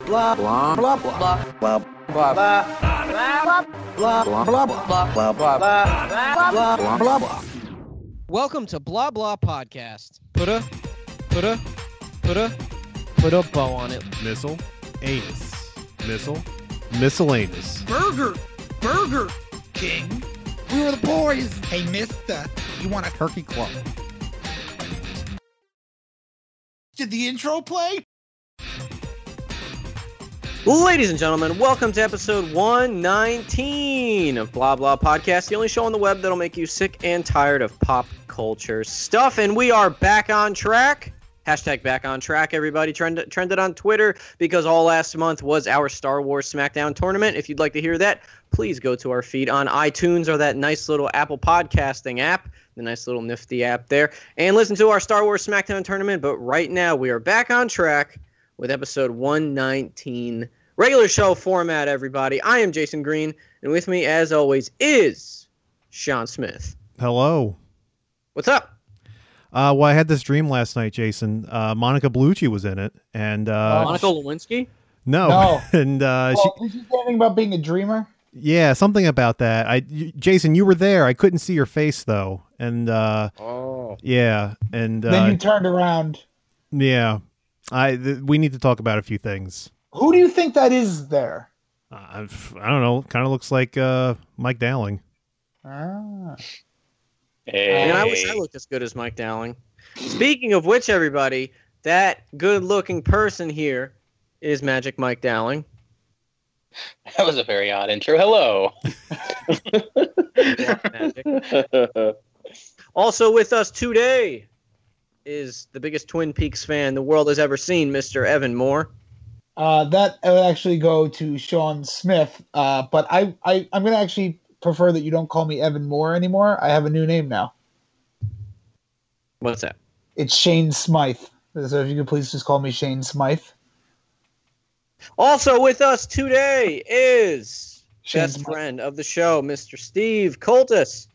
Oh blah blah blah blah blah blah blah blah blah blah blah blah blah blah blah blah blah. Welcome to Blah Blah Podcast. Put a, put a, put a, put a bow on it. Missile. Anus. Missile. Miscellaneous. Burger! Burger King! We were the boys! Hey, mister, you want a turkey club? Did the intro play? Ladies and gentlemen, welcome to episode 119 of Blah Blah Podcast, the only show on the web that'll make you sick and tired of pop culture stuff. And we are back on track. Hashtag back on track, everybody. Trend, trended on Twitter because all last month was our Star Wars SmackDown tournament. If you'd like to hear that, please go to our feed on iTunes or that nice little Apple podcasting app, the nice little nifty app there, and listen to our Star Wars SmackDown tournament. But right now, we are back on track with episode 119 regular show format everybody i am jason green and with me as always is sean smith Hello. what's up Uh, well, I had this dream last night, Jason. Uh, Monica Bellucci was in it, and uh, monica lewinsky no, Oh, No. and uh, Oh, did you say anything about being a dreamer? she, yeah, something about that. I, you- Jason, you were there. I couldn't see your face though, and uh, oh yeah, and then you uh, turned around. yeah, I th- we need to talk about a few things. Who do you think that is there? Uh, I I don't know. Kind of looks like uh, Mike Dowling. Ah. and i wish i looked as good as mike dowling speaking of which everybody that good looking person here is magic mike dowling That was a very odd intro. Hello. Magic. also with us today is the biggest twin peaks fan the world has ever seen mr evan moore Uh, that I would actually go to Sean Smith, uh, but I, I, I'm going to actually prefer that you don't call me Evan Moore anymore. I have a new name now. what's that It's Shane Smythe. So if you could please just call me Shane Smythe. Also with us today is Shane best Smythe. friend of the show, Mr. Steve Coltis.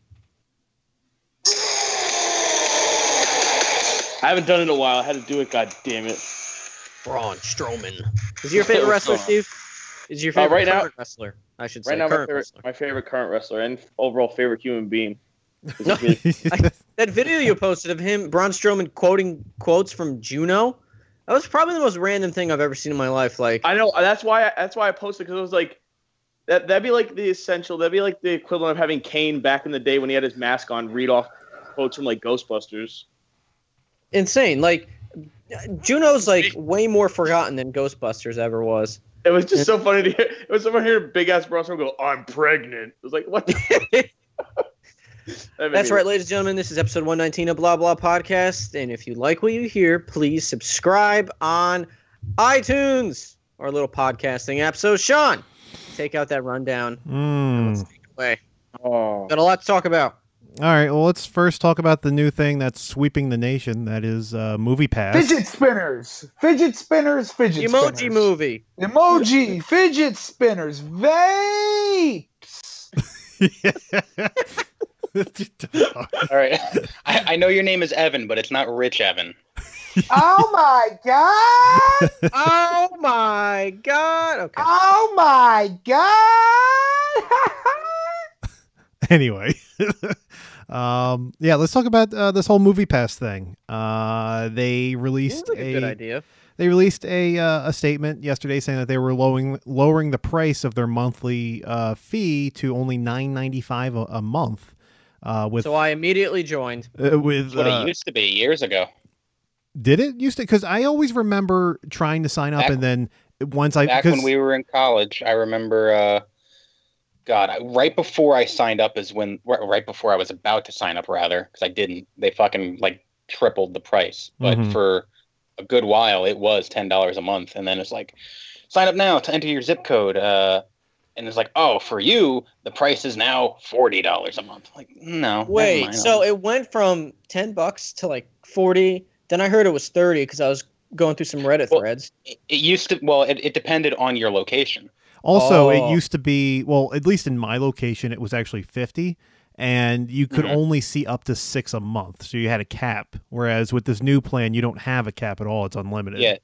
I haven't done it in a while. I had to do it. God damn it! Braun Strowman. Is your favorite wrestler, Braun. Steve? Is your Uh, favorite right now- current wrestler? I should say Right now, my current favorite, wrestler. my favorite current wrestler and overall favorite human being. is No. me. That video you posted of him, Braun Strowman quoting quotes from Juno. That was probably the most random thing I've ever seen in my life. Like I know that's why. I, that's why I posted because it was like that. That'd be like the essential. That'd be like the equivalent of having Kane back in the day when he had his mask on, read off quotes from like Ghostbusters. insane. Like Juno's like way more forgotten than Ghostbusters ever was. It was just so funny to hear. It was someone hear big ass Russell go, "I'm pregnant." It was like what? the- That made That's me- right, ladies and gentlemen. This is episode 119 of Blah Blah Podcast. And if you like what you hear, please subscribe on iTunes, our little podcasting app. So, Sean, take out that rundown. Mm. Wait, Oh. got a lot to talk about. All right. Well, let's first talk about the new thing that's sweeping the nation. That is uh, Movie Pass. Fidget spinners, fidget spinners, fidget Emoji spinners. movie. Emoji, fidget spinners, vapes. All right. I, I know your name is Evan, but it's not Rich Evan. Oh my god! oh my God. Okay. Oh my god! anyway, um, yeah, let's talk about uh, this whole Movie Pass thing. Uh, they This is released like a good a, idea. they released a uh, a statement yesterday saying that they were lowering lowering the price of their monthly uh, fee to only nine ninety five a a month. Uh, with So, I immediately joined. uh, with That's what uh, it used to be years ago. did it used to because I always remember trying to sign up Back- and then once I Back 'cause- when we were in college, I remember, uh, God, I, right before I signed up is when, right right before I was about to sign up, rather, because I didn't. They fucking like tripled the price. But Mhm. for a good while, it was $10 a month. And then it's like, sign up now to enter your zip code. Uh, and it's like, oh, for you, the price is now $40 a month. Like, no. never Wait, mind. so it went from 10 bucks to like 40. Then I heard it was 30 because I was going through some Reddit Well, threads. it used to well it, it depended on your location Also, Oh. it used to be well, at least in my location, it was actually fifty, and you could Mhm. only see up to six a month. So you had a cap. Whereas with this new plan, you don't have a cap at all; it's unlimited. yeah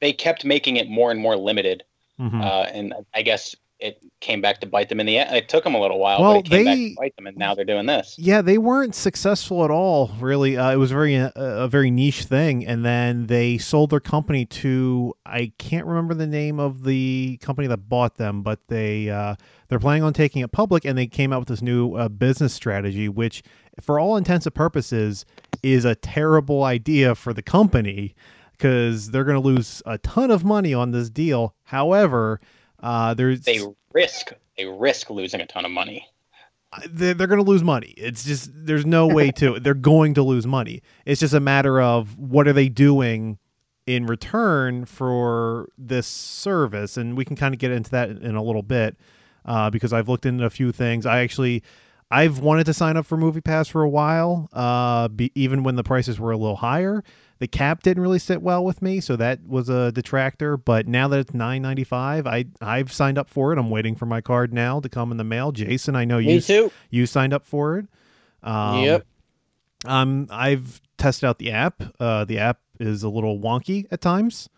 they kept making it more and more limited Mhm. uh, and I guess it came back to bite them in the. e- It took them a little while, Well, but it came back they- to bite them, and now they're doing this. Yeah, they weren't successful at all. Really, uh, it was very uh, a very niche thing, and then they sold their company to I can't remember the name of the company that bought them, but they uh, they're planning on taking it public, and they came out with this new uh, business strategy, which, for all intents and purposes, is a terrible idea for the company because they're going to lose a ton of money on this deal. However, uh, there's They risk they risk losing a ton of money. they're, they're going to lose money. It's just there's no way to. They're going to lose money. It's just a matter of what are they doing in return for this service, and we can kind of get into that in a little bit uh, because I've looked into a few things. I actually. I've wanted to sign up for MoviePass for a while, uh, be, even when the prices were a little higher. The cap didn't really sit well with me, so that was a detractor. But now that it's nine ninety five, I I've signed up for it. I'm waiting for my card now to come in the mail. Jason, I know you Me too. you signed up for it. Um, Yep. Um, I've tested out the app. Uh, the app is a little wonky at times.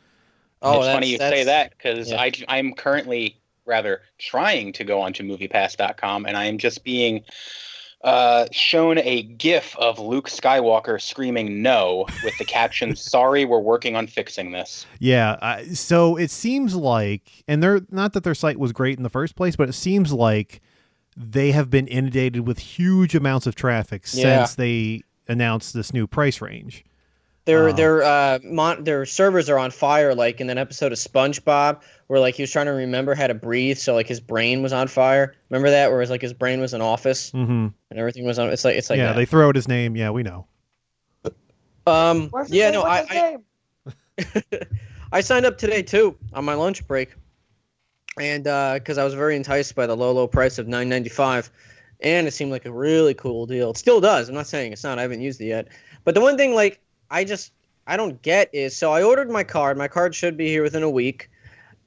Oh, it's that's, funny you that's- say that because yeah. I I'm currently rather trying to go onto MoviePass.com, and I am just being uh, shown a GIF of Luke Skywalker screaming "No" with the caption "Sorry, we're working on fixing this." Yeah. I, so it seems like, and they're not that their site was great in the first place, but it seems like they have been inundated with huge amounts of traffic Yeah. since they announced this new price range. Their Uh, their uh mon- their servers are on fire. Like in an episode of SpongeBob, where like he was trying to remember how to breathe, so like his brain was on fire. Remember that, where it was like his brain was an office Mm-hmm. and everything was on. It's like it's like that. yeah, they throw out his name. Yeah, we know. um What's his yeah name? no What's I, his I name? I signed up today too on my lunch break, and because I was very enticed by the low low price of nine ninety five, and it seemed like a really cool deal. It still does. I'm not saying it's not. I haven't used it yet. But the one thing like I just I don't get is so I ordered my card. My card should be here within a week.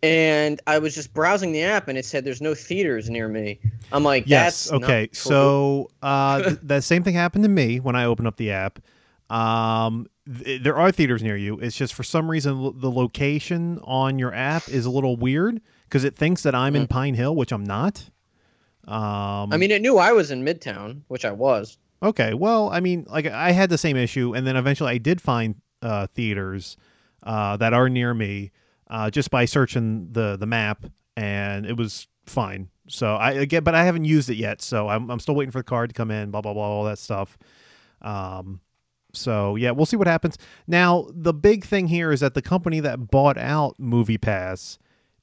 And I was just browsing the app, and it said there's no theaters near me. I'm like, Yes. That's not okay. cool. So uh, th- that same thing happened to me when I opened up the app. Um, th- there are theaters near you. It's just for some reason l- the location on your app is a little weird because it thinks that I'm in Pine Hill, which I'm not. Um, Mm-hmm. I mean, it knew I was in Midtown, which I was. Okay. Well, I mean, like I had the same issue, and then eventually I did find uh, theaters uh, that are near me uh, just by searching the the map, and it was fine. So I again, but I haven't used it yet, so I'm I'm still waiting for the card to come in. Blah blah blah, all that stuff. Um, so yeah, we'll see what happens. Now the big thing here is that the company that bought out MoviePass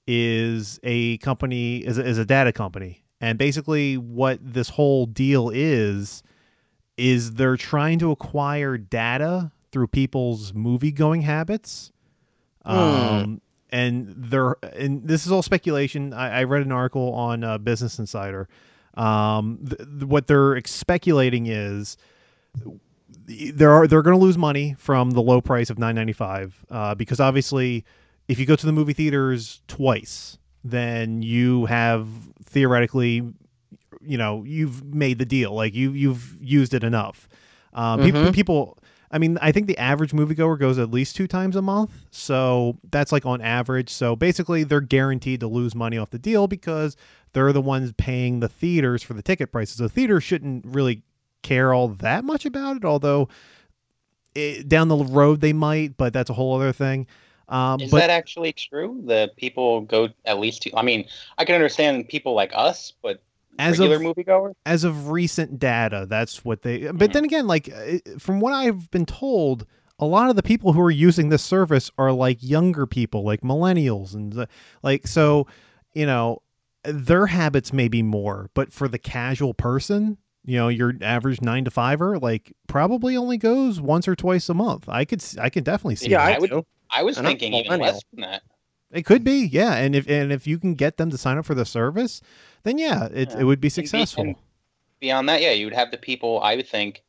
is a company is a, is a data company, and basically what this whole deal is is they're trying to acquire data through people's movie going habits. Um, and they're and this is all speculation. I, I read an article on uh, Business Insider. Um, th- th- what they're speculating is there are they're going to lose money from the low price of 9.95 uh, because obviously if you go to the movie theaters twice then you have theoretically you know you've made the deal like you you've used it enough uh, peop Mhm. people i mean i think the average moviegoer goes at least two times a month so that's like on average so basically they're guaranteed to lose money off the deal because they're the ones paying the theaters for the ticket prices so theaters shouldn't really care all that much about it although it, down the road they might but that's a whole other thing um, Is but that actually true? The people go at least to. I mean, I can understand people like us, but as regular of moviegoer. as of recent data that's what they Mm-hmm. but then again like uh, from what i've been told a lot of the people who are using this service are like younger people like millennials and the, like so you know their habits may be more but for the casual person you know your average nine to fiver like probably only goes once or twice a month i could s- i could definitely see Yeah, that. I, I would- do. I was I'm not thinking even millennial. less than that. it could be yeah and if and if you can get them to sign up for the service then yeah it, Yeah. it would be And be- successful and beyond that, yeah, you would have the people. I would think,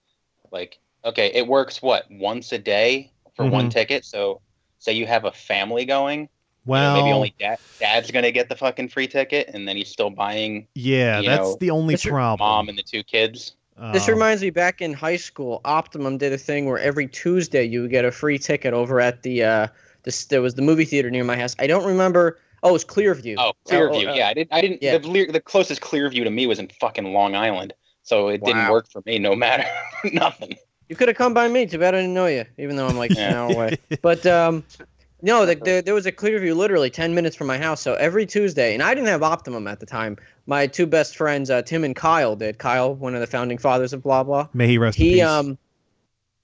like, okay, it works what once a day for Mm-hmm. one ticket. So, say you have a family going, you know, well maybe only dad, dad's gonna get the fucking free ticket, and then he's still buying yeah you that's know, the only Mr. Mom problem mom and the two kids. This Um, reminds me back in high school, Optimum did a thing where every Tuesday you would get a free ticket over at the uh this there was the movie theater near my house. I don't remember Oh, it's Clearview. Oh, Clearview. Oh, oh, yeah, I didn't. I didn't. uh, yeah. The, le- the closest Clearview to me was in fucking Long Island, so it didn't Wow. work for me. No matter nothing. You could have come by me. Too bad I didn't know you, even though I'm like Yeah. an hour away. But um, no, the, the, there was a clear view literally 10 minutes from my house. So every Tuesday, and I didn't have Optimum at the time. My two best friends, uh, Tim and Kyle, did. Kyle, one of the founding fathers of Blah Blah. May he rest in He peace. um,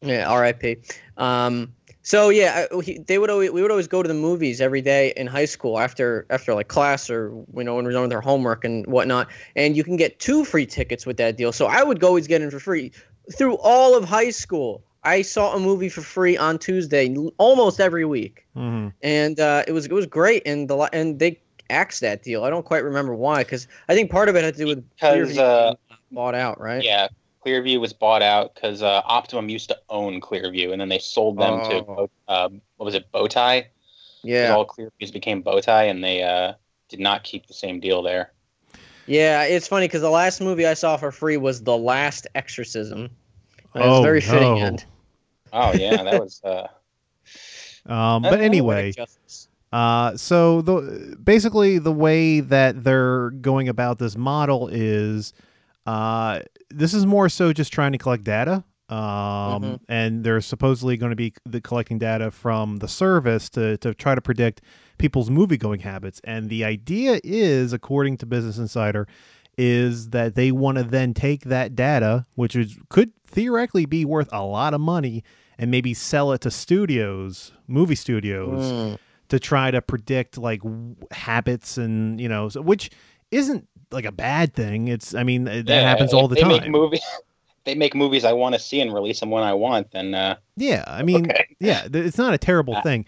yeah, R.I.P. Um, so yeah, I, he, they would always we would always go to the movies every day in high school after after like class or you know when we are done with our homework and whatnot. And you can get two free tickets with that deal. So I would go always get in for free through all of high school. I saw a movie for free on Tuesday l- almost every week, Mhm. and uh, it was it was great. And the li- and they axed that deal. I don't quite remember why because I think part of it had to do with Because, Clearview uh, being bought out, right? Yeah, Clearview was bought out because uh, Optimum used to own Clearview, and then they sold them Oh. to uh, what was it, Bowtie? 'Cause yeah. All Clearviews became Bowtie, and they uh, did not keep the same deal there. Yeah, it's funny because the last movie I saw for free was The Last Exorcism. It was Oh, a very fitting no. end. Oh yeah, that was. Uh, Um, I- I uh, but like anyway, Justice. Uh, so the basically the way that they're going about this model is, uh, this is more so just trying to collect data. Um, Mhm. and they're supposedly going to be the collecting data from the service to to try to predict people's movie going habits. And the idea is, according to Business Insider, is that they want to then take that data, which is could theoretically be worth a lot of money, and maybe sell it to studios, movie studios Mm. to try to predict like w- habits and you know so, which isn't like a bad thing it's i mean that yeah, happens if all the they time Make movie, they make movies I want to see and release them when I want. Then uh, yeah i mean okay. yeah th- it's not a terrible Uh, thing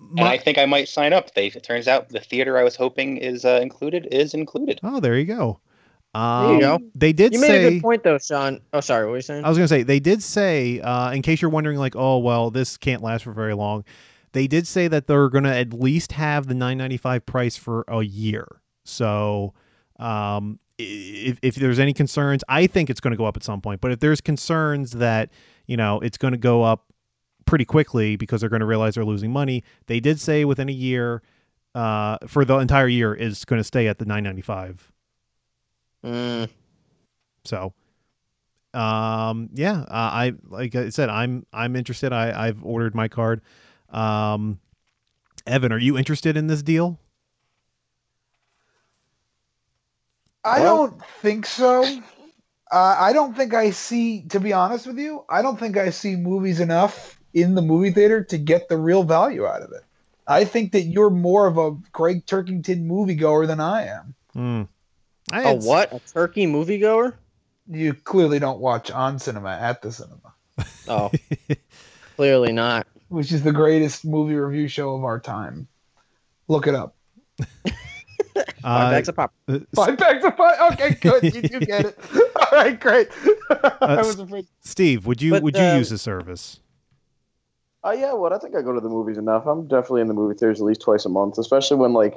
and My- I think I might sign up. They it turns out the theater I was hoping is uh, included is included. oh there you go um, you go. they did You made say a good point though, Sean. Oh, sorry, what were you saying? I was gonna say they did say, uh, in case you're wondering, like, oh well, this can't last for very long. They did say that they're gonna at least have the 9.95 price for a year. So, um, i- if if there's any concerns, I think it's gonna go up at some point. But if there's concerns that you know it's gonna go up pretty quickly because they're gonna realize they're losing money, they did say within a year, uh, for the entire year is gonna stay at the 9.95. Mm. So, um, yeah, uh, I like I said, I'm I'm interested. I I've ordered my card. Um, Evan, are you interested in this deal? I Well- don't think so. Uh, I don't think I see, to be honest with you, I don't think I see movies enough in the movie theater to get the real value out of it. I think that you're more of a Greg Turkington moviegoer than I am. Mm. I A had- what? A turkey moviegoer? You clearly don't watch on cinema at the cinema, Oh, clearly not. which is the greatest movie review show of our time. Look it up. Five Uh, bags of pop. uh, S- Five bags of five. Okay, good. You do get it. All right, great. I was afraid. Steve, would you But, would you uh, use the service? Uh, yeah, well, I think I go to the movies enough. I'm definitely in the movie theaters at least twice a month, especially when like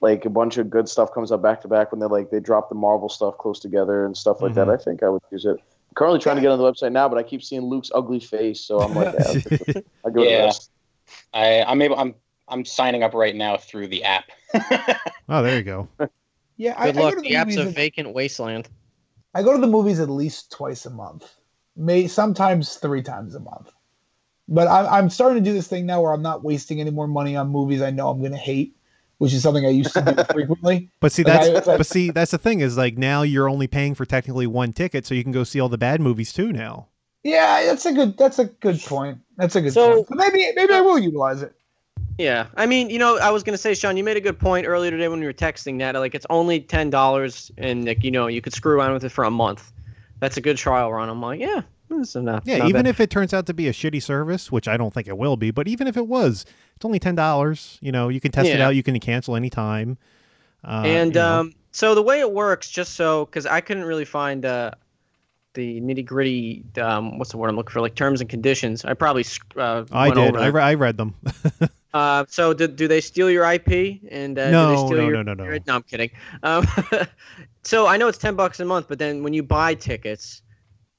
like a bunch of good stuff comes out back to back. When they like they drop the Marvel stuff close together and stuff like Mm-hmm. that. I think I would use it. I'm currently trying to get on the website now, but I keep seeing Luke's ugly face, so I'm like, yeah, I go Yeah. to this. I I'm able. I'm I'm signing up right now through the app. oh, there you go. Yeah, I, I Good go luck. to the The app's movies a at- vacant wasteland. I go to the movies at least twice a month, may sometimes three times a month. But I'm I'm starting to do this thing now where I'm not wasting any more money on movies I know I'm going to hate, which is something I used to do frequently. But see, Like, I- that's it's like- but see, that's the thing is like now you're only paying for technically one ticket, so you can go see all the bad movies too now. Yeah, that's a good that's a good point. That's a good So- point. But maybe maybe I will utilize it. Yeah, I mean, you know, I was gonna say, Sean, you made a good point earlier today when we were texting that, like, it's only ten dollars, and like, you know, you could screw around with it for a month. That's a good trial run. I'm like, yeah, that's not. Yeah, not even bad. if it turns out to be a shitty service, which I don't think it will be, but even if it was, it's only ten dollars. You know, you can test it Yeah. out. You can cancel anytime. Uh, and you know. um, so the way it works, just so because I couldn't really find uh, the nitty gritty, um, what's the word I'm looking for, like terms and conditions. I probably sc- uh, I went did. Over I, them. re- I read them. uh, so do, do they steal your IP? And uh, do No, they steal no, your, no, no, no. your- No, I'm kidding. Um, so I know it's ten bucks a month, but then when you buy tickets,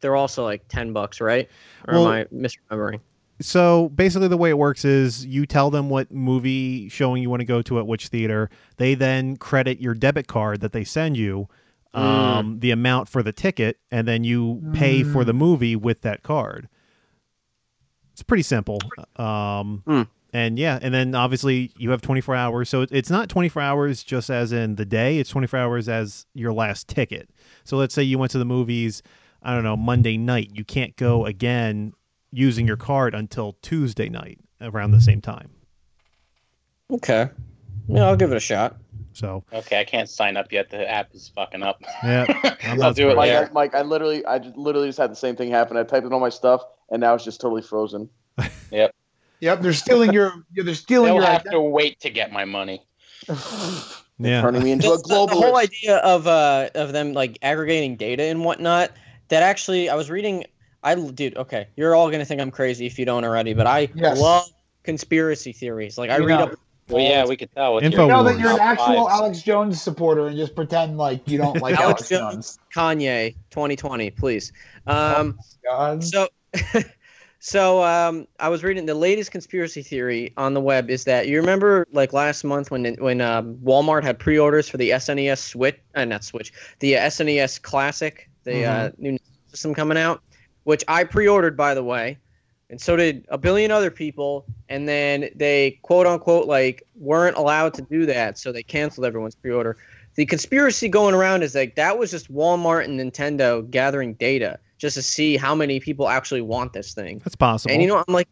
they're also like ten bucks, right? Or Well- am I misremembering? so basically the way it works is you tell them what movie showing you want to go to at which theater they then credit your debit card that they send you Mm. um, the amount for the ticket and then you pay for the movie with that card it's pretty simple um, Hmm. and yeah and then obviously you have 24 hours so it- it's not 24 hours just as in the day it's 24 hours as your last ticket so let's say you went to the movies i don't know monday night you can't go again using your card until Tuesday night around the same time. Okay. Yeah, I'll give it a shot. So Okay, I can't sign up yet. The app is fucking up. yeah, I'm I'll not do it surprised. Mike, later. I, Mike, I literally, I just, literally just had the same thing happen. I typed in all my stuff, and now it's just totally frozen. Yep, they're stealing your. yeah, They're stealing They'll your. have Identity. to wait to get my money. yeah. Turning me into a Just the, globalist. the whole idea of uh of them like aggregating data and whatnot that actually i was reading i dude okay you're all gonna think i'm crazy if you don't already but i Yes. love conspiracy theories like i You read know. up Well, yeah, we could tell. with Info your- Know No, that you're an Top actual fives. Alex Jones supporter and just pretend like you don't like Alex Alex Jones. Jones. kanye 2020 please um God. so so um, I was reading the latest conspiracy theory on the web is that you remember like last month when when um, Walmart had pre-orders for the SNES Switch, uh, not Switch, the uh, SNES Classic, the uh, new system coming out, which I pre-ordered by the way, and so did a billion other people, and then they quote unquote like weren't allowed to do that, so they canceled everyone's pre-order the conspiracy going around is like that was just Walmart and Nintendo gathering data just to see how many people actually want this thing. That's possible. And you know, what? I'm like,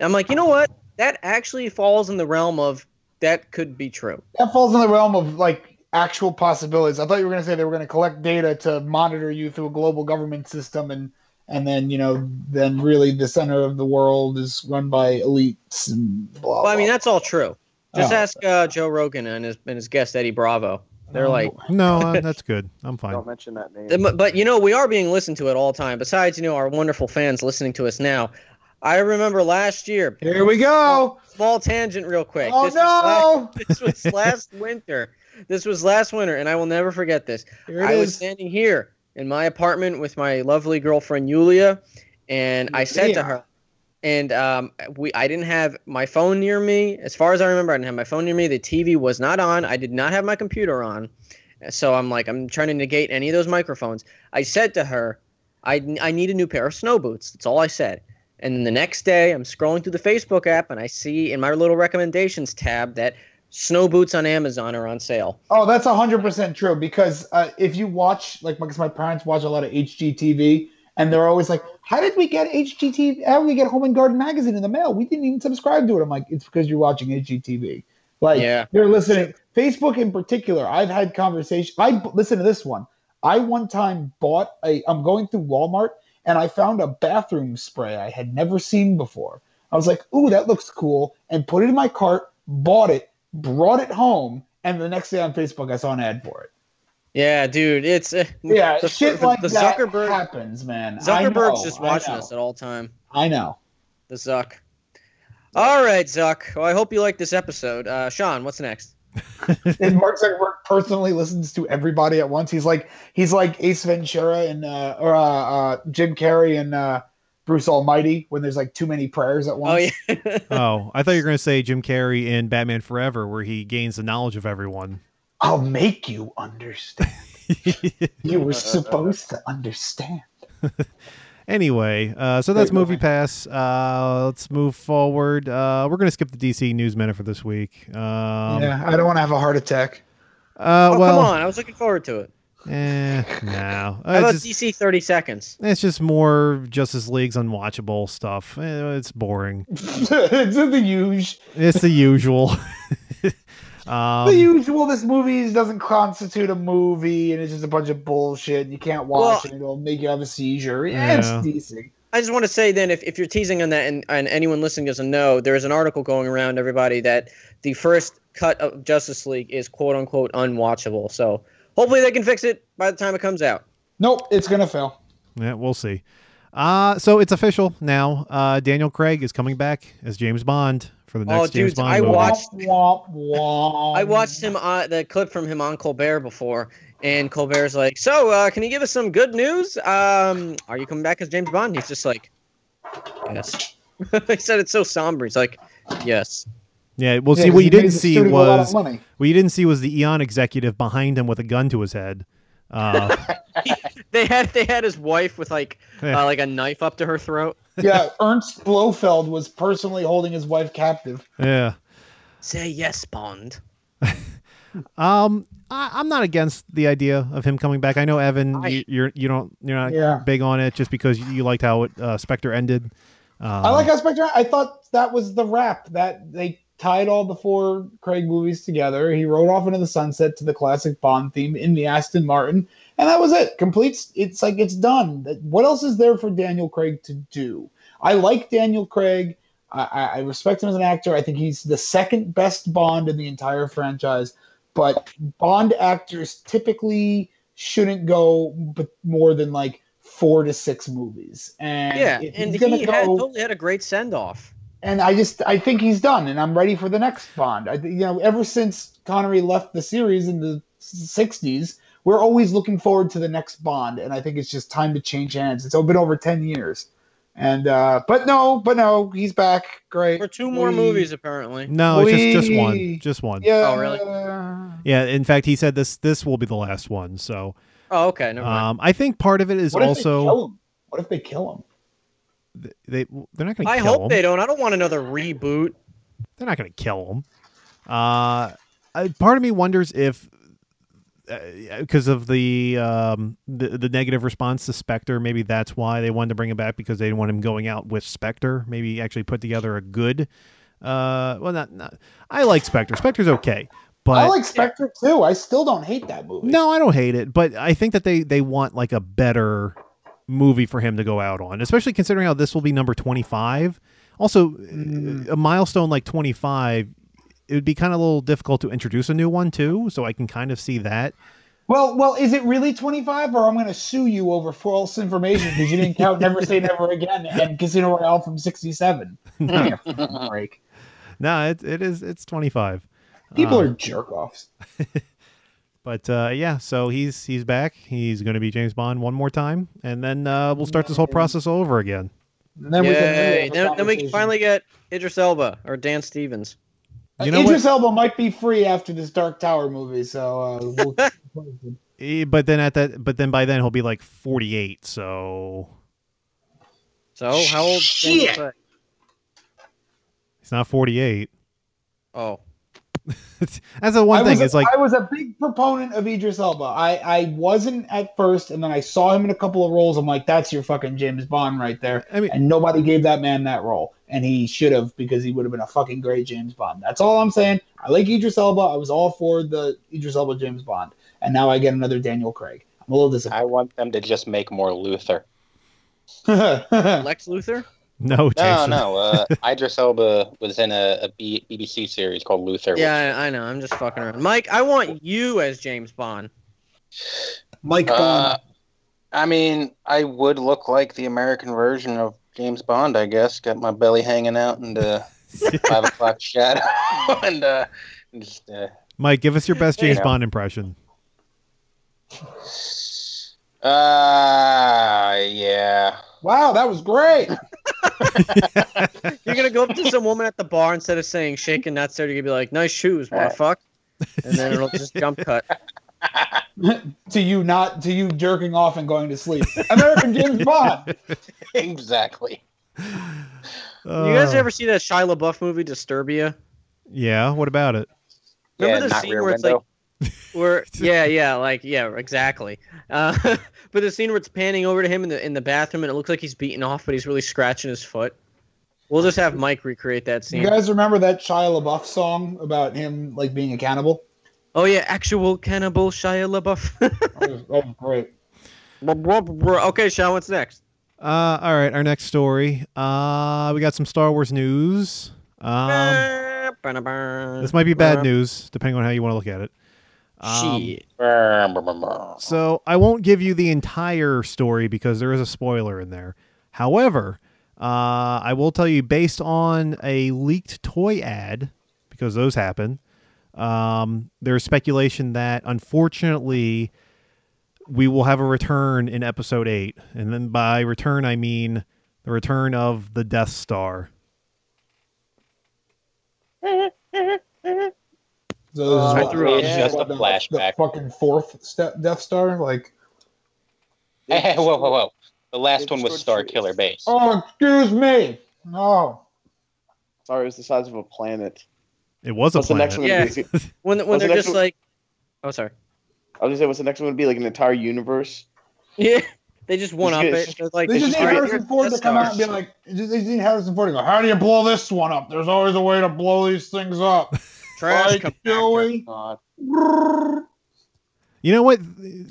I'm like, you know what? That actually falls in the realm of that could be true. that falls in the realm of like actual possibilities. I thought you were going to say they were going to collect data to monitor you through a global government system, and and then you know, then really the center of the world is run by elites and blah. Well, I mean, blah. that's all true. Just Oh. ask uh, Joe Rogan and his and his guest Eddie Bravo. They're like, no, uh, that's good. I'm fine. Don't mention that name. But but, you know, we are being listened to at all time. Besides, you know, our wonderful fans listening to us now. I remember last year. Here we go. small tangent real quick. Oh this Was no! last, this was last winter. This was last winter, and I will never forget this. Here it I was is. standing here in my apartment with my lovely girlfriend Yulia, and I said to Yulia. her, and um, we I didn't have my phone near me. As far as I remember, I didn't have my phone near me. The TV was not on. I did not have my computer on. So I'm like, I'm trying to negate any of those microphones. I said to her, I, I need a new pair of snow boots. That's all I said. And then the next day, I'm scrolling through the Facebook app and I see in my little recommendations tab that snow boots on Amazon are on sale. Oh, that's hundred percent true. Because uh, if you watch, like, because my parents watch a lot of HGTV, and they're always like, "How did we get HGTV? How did we get Home and Garden magazine in the mail? We didn't even subscribe to it." I'm like, "It's because you're watching HGTV." Like, Yeah. they're listening. Facebook in particular, I've had conversation. I b- listen to this one. I one time bought a. I'm going through Walmart and I found a bathroom spray I had never seen before. I was like, "Ooh, that looks cool," and put it in my cart, bought it, brought it home, and the next day on Facebook, I saw an ad for it. Yeah, dude, it's uh, Yeah, the, shit the- like the that Zuckerberg happens, man. I Zuckerberg's know, just I watching know, us at all time. I know. The Zuck. All right, Zuck. Well, I hope you like this episode. Uh, Sean, what's next? and Mark Zuckerberg personally listens to everybody at once. He's like he's like Ace Ventura and uh, or uh, uh, Jim Carrey and uh, Bruce Almighty when there's like too many prayers at once. Oh yeah. Oh, I thought you were going to say Jim Carrey in Batman Forever, where he gains the knowledge of everyone. I'll make you understand. you were supposed to understand. Anyway, uh, so that's Great Movie movie. Pass. Uh, let's move forward. Uh, we're going to skip the DC News Minute for this week. Um, yeah, I don't want to have a heart attack. uh, oh, well, come on. I was looking forward to it. eh, no. How It's about just- DC 30 seconds? It's just more Justice League's unwatchable stuff. Eh, It's boring. it's the usual. It's the usual. the um, usual. This movie doesn't constitute a movie, and it's just a bunch of bullshit. You can't watch it; it'll make you have a seizure. Yeah, Yeah. it's decent. I just want to say then, if, if you're teasing on that and, and anyone listening doesn't know, there is an article going around, everybody, that the first cut of Justice League is quote unquote unwatchable. So hopefully they can fix it by the time it comes out. Nope, it's gonna fail. yeah, we'll see. Uh, so it's official now. Uh, Daniel Craig is coming back as James Bond for the Oh, next James dudes, Bond I movie. watched- Womp, womp, I watched him uh, the clip from him on Colbert before, and Colbert's like, "So, uh, can you give us some good news? Um, are you coming back as James Bond?" He's just like, "Yes." he said it's so somber. He's like, yes. Yeah, well, Yeah, see 'cause what he made you didn't the see studio a lot of was money. what you didn't see was the Eon executive behind him with a gun to his head. Uh, They had they had his wife with like Yeah. uh, like a knife up to her throat. yeah, Ernst Blofeld was personally holding his wife captive. yeah, Say yes, Bond. um, I, I'm not against the idea of him coming back. I know Evan, I- you, you're you don't you're not Yeah. big on it just because you liked how it, uh, Spectre ended. Um, I like how Spectre. I thought that was the wrap that they tied all the four Craig movies together. He rode off into the sunset to the classic Bond theme in the Aston Martin, and that was it. Completes. It's like it's done. That- What else is there for Daniel Craig to do? I like Daniel Craig. I, I, I respect him as an actor. I think he's the second best Bond in the entire franchise. But Bond actors typically shouldn't go but more than like four to six movies. And yeah, if and he's he gonna had, go- totally had a great send off. and I just I think he's done, and I'm ready for the next Bond. I, th- you know, ever since Connery left the series in the '60s, we're always looking forward to the next Bond, and I think it's just time to change hands. It's been over ten years, and uh, but no, but no, he's back. Great For two more We- movies, apparently. Um, no, it's just just Wee. one, just one. Yeah. Oh, really? Yeah, in fact, he said this this will be the last one. So Oh, okay. Never mind. um, I think part of it is What if they also kill him? What if they kill him? th- they they're not going to. I kill hope him. they don't. I don't want another reboot. they're not going to kill him. Uh, I- part of me wonders if because of the, um, the the negative response to Spectre, maybe that's why they wanted to bring him back because they didn't want him going out with Spectre. Maybe actually put together a good. Uh, well, not, not I like Spectre. Spectre's okay, but I like Spectre too. I still don't hate that movie. no, I don't hate it, but I think that they they want like a better movie for him to go out on, especially considering how this will be number 25. Also, Mm. a milestone like 25, it would be kind of a little difficult to introduce a new one too, so I can kind of see that. Well, well, is it really 25 or I'm going to sue you over false information because you didn't count Never Say Never Again and Casino Royale from 67? Hmm. Give me a fucking break. No, it, it is it's 25. People Uh, are jerk offs. But uh, yeah, so he's he's back. He's going to be James Bond one more time, and then uh, we'll start this whole process over again. And then, we can really Yay. have a Then, then we can conversation. finally get Idris Elba or Dan Stevens. You know what? Idris Elba might be free after this Dark Tower movie, so uh, we'll, Eh, But then at that, but then by then he'll be like 48. So So how old? is Daniel Shit. Craig? he's not 48. Oh, That's the one I thing. Was, It's like I was a big proponent of Idris Elba. I, I wasn't at first, and then I saw him in a couple of roles. I'm like, that's your fucking James Bond right there. I mean- and nobody gave that man that role, and he should have because he would have been a fucking great James Bond. That's all I'm saying. I like Idris Elba. I was all for the Idris Elba James Bond, and now I get another Daniel Craig. I'm a little disappointed. I want them to just make more Luther. Lex Luthor. no, No, Jason. no. Uh, Idris Elba was in a, a B- BBC series called Luther. which- Yeah, I, I know. I'm just fucking around. Mike, I want you as James Bond. Mike Uh, I mean, I would look like the American version of James Bond, I guess. Got my belly hanging out and uh, five o'clock shadow, and uh, just uh, Mike, give us your best James Yeah. Bond impression. uh yeah. Wow, that was great. You're gonna go up to some woman at the bar instead of saying shaking nuts there, you're gonna be like, "Nice shoes, what Right. the fuck?" And then it'll just jump cut. to you not to you jerking off and going to sleep. American James Bond. exactly. you guys Uh, ever see that Shia LaBeouf movie, Disturbia? Yeah. What about it? Remember yeah, the not scene Rear where it's Window. like, where yeah, yeah, like yeah, exactly. Uh, but the scene where it's panning over to him in the in the bathroom and it looks like he's beaten off, but he's really scratching his foot. We'll just have Mike recreate that You scene. guys remember that Shia LaBeouf song about him like being a cannibal? oh yeah, actual cannibal Shia LaBeouf. That was, that was great. okay, Shia, what's next? Uh, all right. Our next story. Uh, we got some Star Wars news. Uh, Um, this might be bad news, depending on how you want to look at it. Um, Shit. So I won't give you the entire story because there is a spoiler in there. However, uh, I will tell you based on a leaked toy ad, because those happen. Um, there's speculation that unfortunately we will have a return in episode eight, and then by return I mean The Return of the Death Star. So this is I what- threw up. this is It's just what a the- flashback. The fucking fourth step Death Star, like Hey, whoa, whow, whoa. The last It one was destroyed Star trees. Killer Base. oh excuse me, no. Sorry, it was the size of a planet. It was a What's the planet. next one? Yeah. Gonna be? When when What's they're the just next one? like, oh sorry, I was gonna say, what's the next one? Would be like an entire universe. yeah, they just one up good. it. They're Like, They just need "All right, Harrison you're Ford Death to come Star." out and be like, just- they just need Harrison Ford to go. How do you blow this one up? There's always a way to blow these things up. trash. like compactor. Joey. Uh, You know what?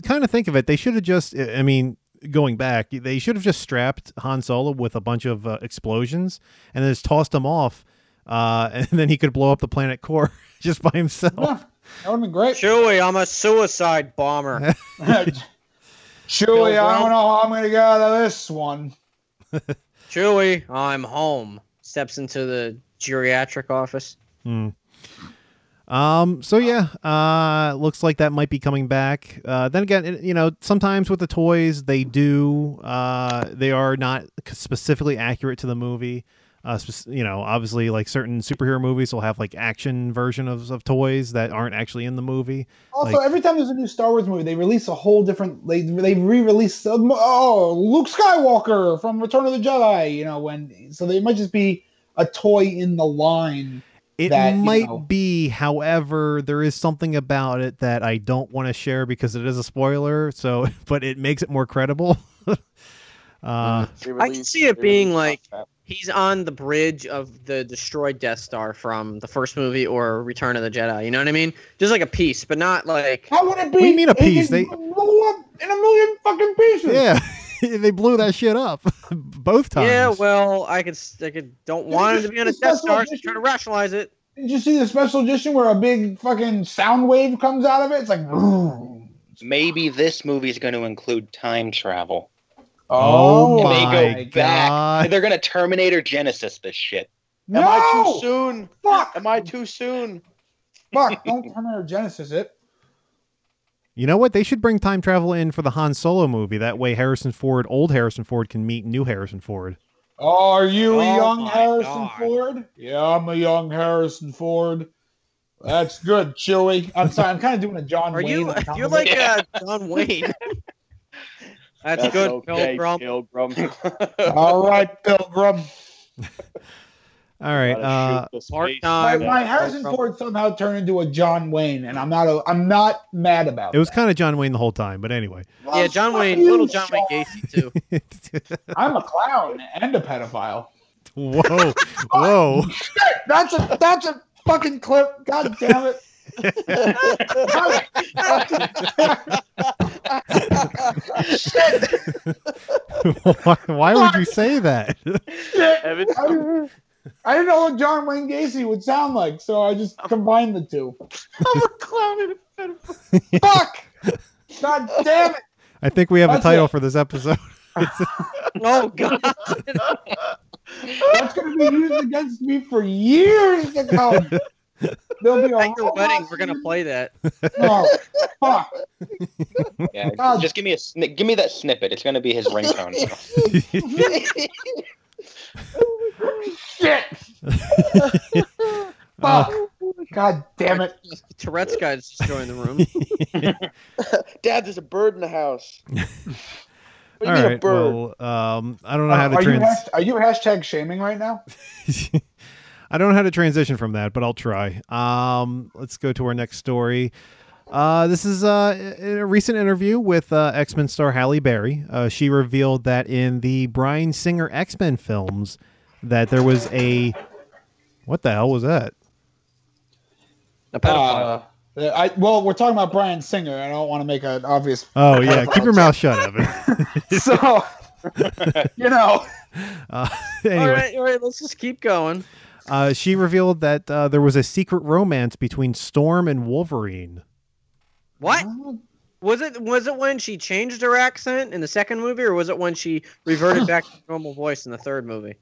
Kind of think of it. They should have just, I mean, going back, they should have just strapped Han Solo with a bunch of uh, explosions and then just tossed him off. Uh, and then he could blow up the planet core just by Oh. himself. Yeah, that would be great. Chewie, I'm a suicide bomber. Chewie, I Brown. don't know how I'm gonna get out of this one. Chewie, I'm home. Steps into the geriatric office. Hmm. Um. So yeah. Uh. Looks like that might be coming back. Uh. Then again, it- you know, sometimes with the toys, they do. Uh. They are not c- specifically accurate to the movie. Uh. spec- you know, obviously, like certain superhero movies will have like action version of of toys that aren't actually in the movie. Also, Like- every time there's a new Star Wars movie, they release a whole different. They they re-release uh, oh Luke Skywalker from Return of the Jedi. You know when so they might just be a toy in the line. It That, you might know- be, however, there is something about it that I don't want to share because it is a spoiler. So, but it makes it more credible. uh. they I can released- see it they being like released- he's on the bridge of the destroyed Death Star from the first movie or Return of the Jedi. You know what I mean? Just like a piece, but not like How would it be? What do you mean a It piece? just They- blew up in a million fucking pieces. Yeah, they blew that shit up both times. yeah. Well, I could s- I could don't Did want you him to be on a just Death special Star. So I'm edition? trying to rationalize it. Did you see the special edition where a big fucking sound wave comes out of it? It's like. vroom. Maybe this movie's going to include time travel. oh, they my go back. god! They're going to Terminator Genesis this shit. No! Am I too soon? Fuck! Am I too soon? Fuck! Don't Terminator Genesis it. You know what? They should bring time travel in for the Han Solo movie. That way, Harrison Ford, old Harrison Ford, can meet new Harrison Ford. Oh, are you Oh a young my Harrison God. Ford? Yeah, I'm a young Harrison Ford. That's good, Chewie. I'm sorry, I'm kind of doing a John Are Wayne. you on top you're of it. like uh, John Wayne? That's, good, Pilgrim. Pilgrim. all right, Pilgrim. All right. Uh, Part My, time. my Harrison Pilgrim. Ford somehow turned into a John Wayne, and I'm not. A, I'm not mad about it was kind of John Wayne the whole time, but anyway. Yeah, John Fuck Wayne, you, little John Sean. Wayne Gacy too. that. I'm a clown and a pedophile. whoa, whoa! That's a that's a fucking clip. God damn it. why, why would you say that? Shit. Evan, I didn't, I didn't know what John Wayne Gacy would sound like, so I just combined the two. I'm a clown and a pedophile. Fuck! God damn it! I think we have a That's title it. for this episode. oh God. That's gonna be used against me for years to come. There'll be a At your whole wedding, lot we're gonna of- play that. No, fuck. Yeah, God. just give me a sni- give me that snippet. It's going to be his ringtone. Shit! fuck! God damn it! Tourette's guy's just joined the room. Dad, there's a bird in the house. What do you All mean a right. bird? Well, um, I don't know how to Uh, are, you trans. hash- are you hashtag shaming right now? I don't know how to transition from that, but I'll try. Um, let's go to our next story. Uh, this is uh, in a recent interview with uh, X Men star Halle Berry. Uh, she revealed that in the Brian Singer X Men films, that there was a what the hell was that? A pedophile. Uh, I, well, we're talking about Brian Singer. I don't want to make an obvious Oh yeah, keep your mouth shut, Evan. so you know Uh, anyway, All right, all right, let's just keep going. uh, she revealed that uh, there was a secret romance between Storm and Wolverine. What was it? Was it when she changed her accent in the second movie, or was it when she reverted back to her normal voice in the third movie?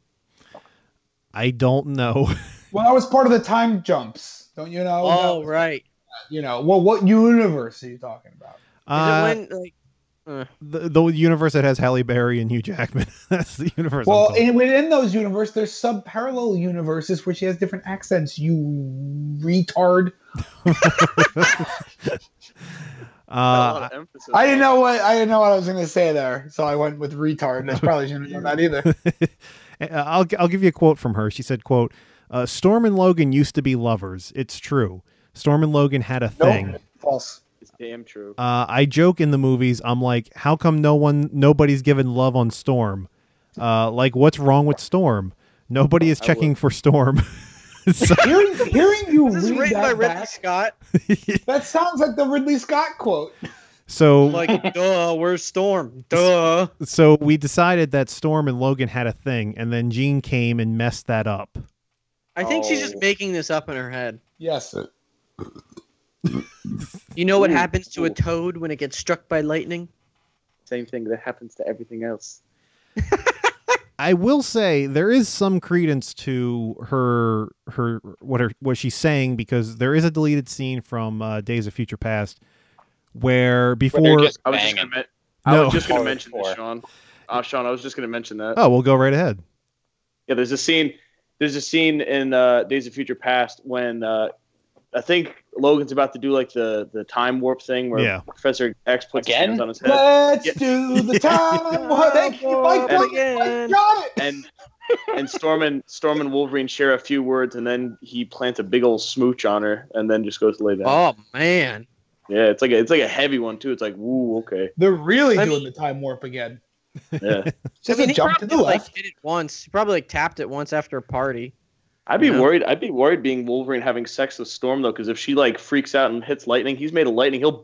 I don't know. well that was part of the time jumps don't you know Oh, That- right. you know well what universe are you talking about Is Uh, it when like Eh. the, the universe that has Halle Berry and Hugh Jackman. That's the universe. I'm Well, told. and within those universes, there's sub-parallel universes where she has different accents. You retard! uh, I didn't know what I didn't know what I was going to say there, so I went with retard. I probably shouldn't have done that either. Uh, I'll I'll give you a quote from her. She said, "quote uh, Storm and Logan used to be lovers. It's true. Storm and Logan had a thing. Nope. False. It's damn true. Uh, I joke in the movies. I'm like, how come no one, nobody's given love on Storm? Uh, like, what's wrong with Storm? Nobody is I checking for Storm. So- Hearing hearing you This is read written by that, Ridley back, Scott. that sounds like the Ridley Scott quote. so Like, duh, where's Storm? Duh. so we decided that Storm and Logan had a thing, and then Jean came and messed that up. I think she's just Oh. making this up in her head. Yes. You know what Ooh. happens to a toad when it gets struck by lightning? Same thing that happens to everything else. I will say there is some credence to her her what her what she's saying because there is a deleted scene from uh, Days of Future Past where Where they're before just I was just banging. gonna, men- I no was just gonna Horror mention this, four. Sean. Uh, Sean, I was just gonna mention that. oh we'll go right ahead Yeah, there's a scene. There's a scene in uh, Days of Future Past when uh, I think Logan's about to do like the the time warp thing where Yeah. Professor X puts his Again? hands on his head, Let's Yeah. do the time. warp. Thank you, Mike. Warp I got it. and and Storm and Storm and Wolverine share a few words, and then he plants a big old smooch on her, and then just goes to lay down. Oh man. Yeah, it's like a, it's like a heavy one too. It's like woo, okay, They're really I doing mean- the time warp again. yeah. Just I mean, a he jump to probably the like left. did it once. He probably like tapped it once after a party. I'd be Yeah. worried. I'd be worried being Wolverine having sex with Storm though, because if she like freaks out and hits lightning, he's made of lightning. He'll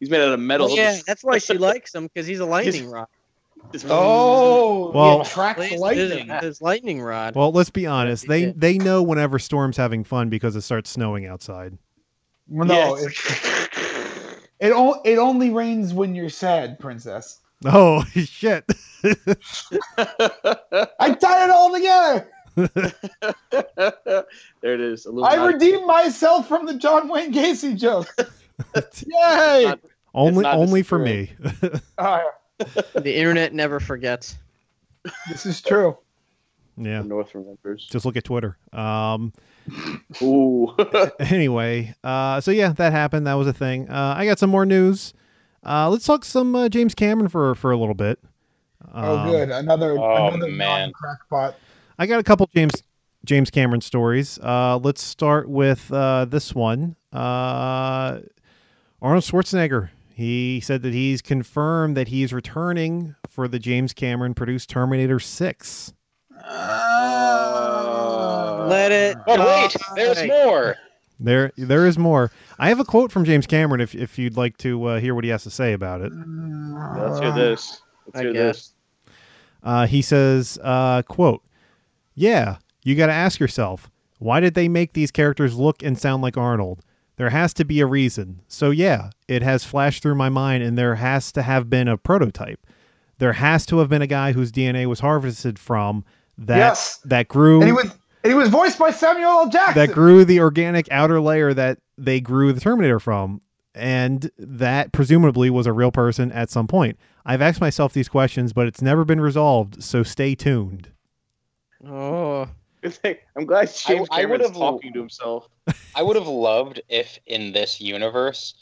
he's made out of metal. He'll yeah, just- that's why she likes him because he's a lightning rod. just- Oh, Well- it attracts Please, lightning. dude, His lightning rod. Well, let's be honest. They Yeah. they know whenever Storm's having fun because it starts snowing outside. Well, no, Yeah, it, it, o- it only rains when you're sad, princess. Oh shit! I tied it all together. there it is. A little I nod. redeemed myself from the John Wayne Gacy joke. Yay! only not only as for true. me. Uh, The internet never forgets. this is true. Yeah. North remembers. Just look at Twitter. Um. Ooh. Anyway. Uh. So yeah, that happened. That was a thing. Uh. I got some more news. Uh. Let's talk some uh, James Cameron for for a little bit. Um, oh, good. Another, Oh, another man. crackpot. I got a couple James James Cameron stories. Uh, let's start with uh, this one. Uh, Arnold Schwarzenegger. He said that he's confirmed that he's returning for the James Cameron produced Terminator Six. Let it. But Oh, wait, there's die. more. There, there is more. I have a quote from James Cameron. If if you'd like to uh, hear what he has to say about it. Let's hear this. Let's I hear guess. this. Uh, he says, uh, quote, Yeah, you got to ask yourself, why did they make these characters look and sound like Arnold? There has to be a reason. So, yeah, it has flashed through my mind, and there has to have been a prototype. There has to have been a guy whose DNA was harvested from that Yes. that grew And he was and he was voiced by Samuel L. Jackson. that grew the organic outer layer that they grew the Terminator from, and that presumably was a real person at some point. I've asked myself these questions, but it's never been resolved. So stay tuned. Oh, Good thing. I'm glad James I Cameron's would've- talking to himself. I would have loved if in this universe,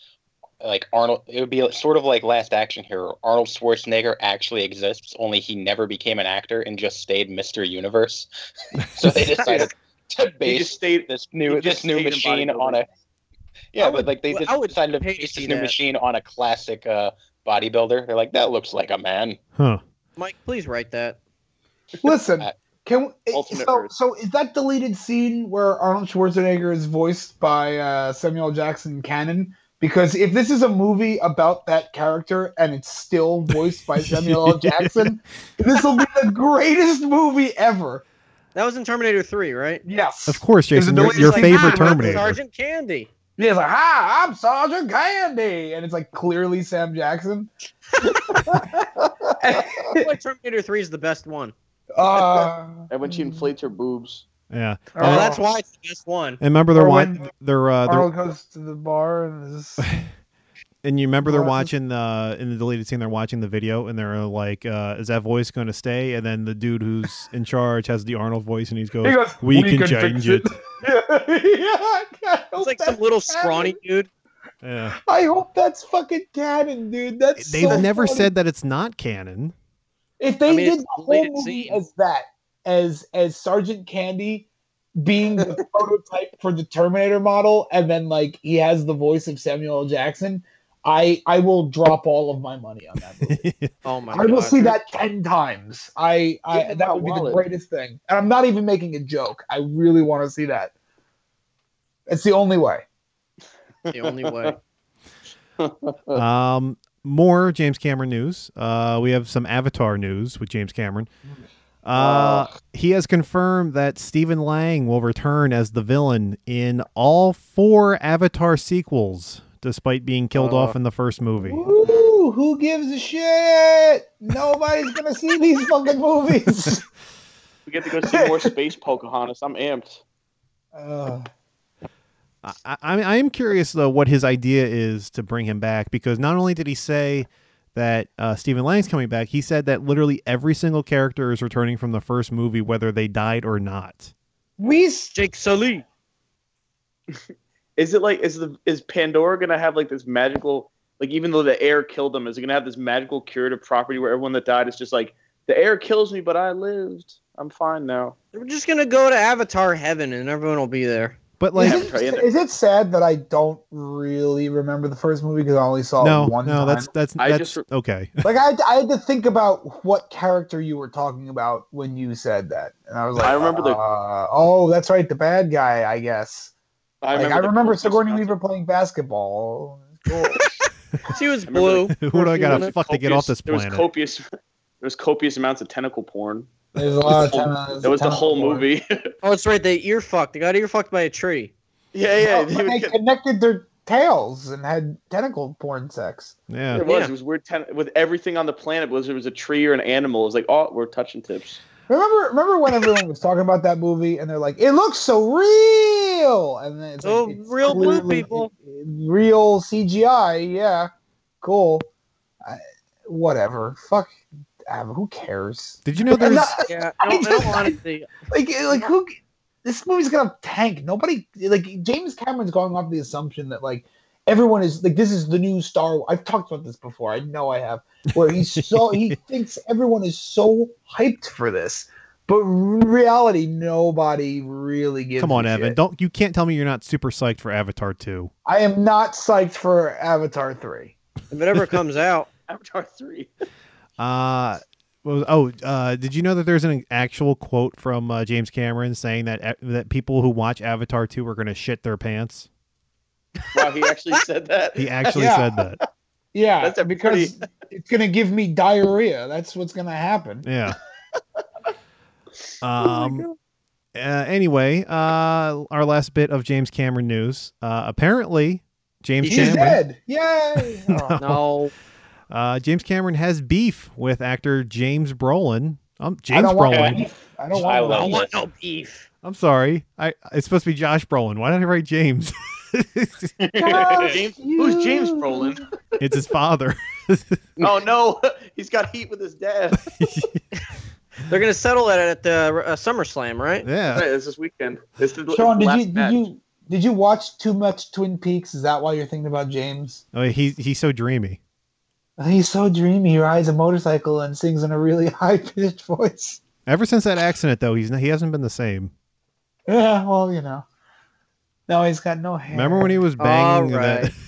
like Arnold, it would be sort of like Last Action Hero. Arnold Schwarzenegger actually exists, only he never became an actor and just stayed Mr. Universe. so they decided to He just base stayed. this he new just this new stayed in machine bodybuilding. on a yeah, I but would- like they well, just I would decided to pay to base see this new that. machine on a classic uh, bodybuilder. They're like, that looks like a man. Huh. Mike, please write that. Listen, Uh, can we, Ultimate so Earth. so is that deleted scene where Arnold Schwarzenegger is voiced by uh, Samuel L. Jackson canon? Because if this is a movie about that character and it's still voiced by Samuel L. Jackson, this will be the greatest movie ever. That was in Terminator 3, right? Yes. Of course, There's Jason, a your, delay- your it's like, favorite ah, Terminator. Sergeant Candy. He's like, "Hi, I'm Sergeant Candy," and it's like clearly Sam Jackson. That's why Terminator 3 is the best one. Uh, And when she inflates her boobs. Yeah. Oh, that's why it's the best one. And remember their Or wine, when their uh, their, Arnold goes to the bar and is And you remember they're Right. watching the in the deleted scene, they're watching the video, and they're like, uh, "Is that voice going to stay?" And then the dude who's in charge has the Arnold voice, and he goes, He goes, "We, "We can, can fix change it." it." yeah, I hope It's like Oh, that's some little canon. scrawny dude. Yeah. I hope that's fucking canon, dude. That's They've so never funny. said that it's not canon. if they I mean, did it's the a whole deleted movie scene. as that, as as Sergeant Candy being the prototype for the Terminator model, and then like he has the voice of Samuel L. Jackson, I I will drop all of my money on that. Movie. Oh my I will god. see that ten times. I, I Give me that my would be the wallet. greatest thing, and I'm not even making a joke. I really want to see that. It's the only way. The only way. Um, more James Cameron news. Uh, we have some Avatar news with James Cameron. Uh, he has confirmed that Stephen Lang will return as the villain in all four Avatar sequels, despite being killed Uh. off in the first movie. Woo, who gives a shit? Nobody's gonna see these fucking movies. We get to go see more space Pocahontas. I'm amped. Ugh. I, I, I am curious though what his idea is to bring him back because not only did he say that uh, Stephen Lang's coming back, he said that literally every single character is returning from the first movie, whether they died or not. we s- Jake Sully. Is it like is the is Pandora gonna have like this magical like even though the air killed them, is it gonna have this magical curative property where everyone that died is just like the air kills me, but I lived. I'm fine now. We're just gonna go to Avatar Heaven and everyone will be there. But like, Yeah. is, try it, either. is it sad that I don't really remember the first movie because I only saw no, it one no, time? that's that's I that's just re- okay. like I, had- I had to think about what character you were talking about when you said that, and I was like, I remember the- uh, oh, that's right, the bad guy, I guess. I like, remember, I remember Sigourney Weaver. Weaver playing basketball. Cool. She was remember blue. Who do I gotta Copious- fuck to get off this there planet? was copious there was copious amounts of tentacle porn. There's a lot of time. That was the whole movie. yeah, Oh, it's right. They ear fucked. They got ear fucked by a tree. yeah. Yeah, they would Oh, they get- connected their tails and had tentacle porn sex. yeah. It was. Yeah. It was weird. Ten- with everything on the planet, was it was a tree or an animal? It was like, oh, we're touching tips. Remember, remember when everyone was talking about that movie and they're like, "It looks so real," and then it's like, Oh, it's real blue clearly people. real CGI. Yeah, cool. I, whatever. Fuck. Av- Who cares? Did you know And there's that- Yeah, I I don't, I just- don't want to see. like, eh, like who? This movie's gonna tank. Nobody like James Cameron's going off the assumption that like everyone is like this is the new Star. Wars. I've talked about this before. I know I have. Where he's so he thinks everyone is so hyped for this, but in reality, nobody really gives. come on, a Evan. shit. Don't you can't tell me you're not super psyched for Avatar two. I am not psyched for Avatar three. If it ever comes out, Avatar three. Uh, well, oh, uh, did you know that there's an actual quote from uh, James Cameron saying that e, that people who watch Avatar 2 are going to shit their pants? Wow, he actually said that. He actually Yeah. said that. Yeah, That's a because it's gonna give me diarrhea. That's what's gonna happen. Yeah. Oh Um. uh, anyway, uh, our last bit of James Cameron news. Uh, apparently, James He's He's Cameron. dead. Yay! Oh. no. Uh, James Cameron has beef with actor James Brolin. Um, James I don't want Brolin. beef. I don't I want I love beef. don't want no beef. I'm sorry. I it's supposed to be Josh Brolin. Why did I write James? James, who's James Brolin? it's his father. Oh no, he's got heat with his dad. They're gonna settle that at the uh, SummerSlam, right? Yeah. Right, it's this weekend. It's the, Sean, it's the did last you did match. you did you watch too much Twin Peaks? Is that why you're thinking about James? Oh, he he's so dreamy. He's so dreamy. He rides a motorcycle and sings in a really high pitched voice. Ever since that accident, though, he's n- he hasn't been the same. Yeah, well, you know. Now he's got no hair. Remember when he was banging All right. that?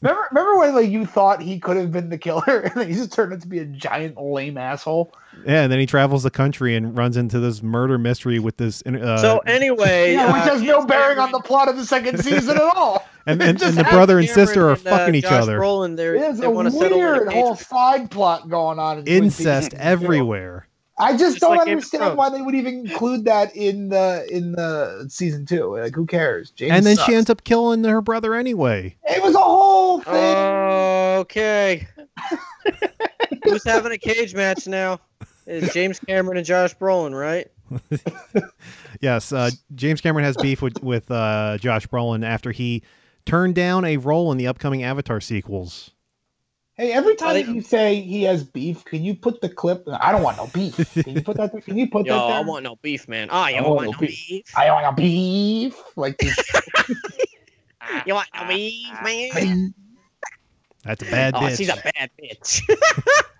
Remember, remember when like you thought he could have been the killer, and then he just turned out to be a giant lame asshole. yeah, and then he travels the country and runs into this murder mystery with this. Uh, so anyway, yeah, which uh, has no bearing on the plot of the second season at all. and, it and, just and the James brother and Cameron sister are and, uh, fucking each Josh other. Brolin, they're, It's they a want to settle weird litigation. whole side plot going on. In Twin Peaks. Incest everywhere. I just, Just don't like Game of understand Thrones. why they would even include that in the in the season two. Like, who cares? James And then sucks. she ends up killing her brother anyway. It was a whole Uh, thing. Okay. Who's having a cage match now? Is James Cameron and Josh Brolin, right? Yes, uh, James Cameron has beef with with uh, Josh Brolin after he turned down a role in the upcoming Avatar sequels. Hey, every time think- that you say he has beef, can you put the clip? I don't want no beef. Can you put that? There? Can you put Yo, that? There? I want no beef, man. Ah, you I want, want no no beef? I don't want no beef. Like this. You want no beef, man? thing. That's a bad Oh, bitch. she's a bad bitch.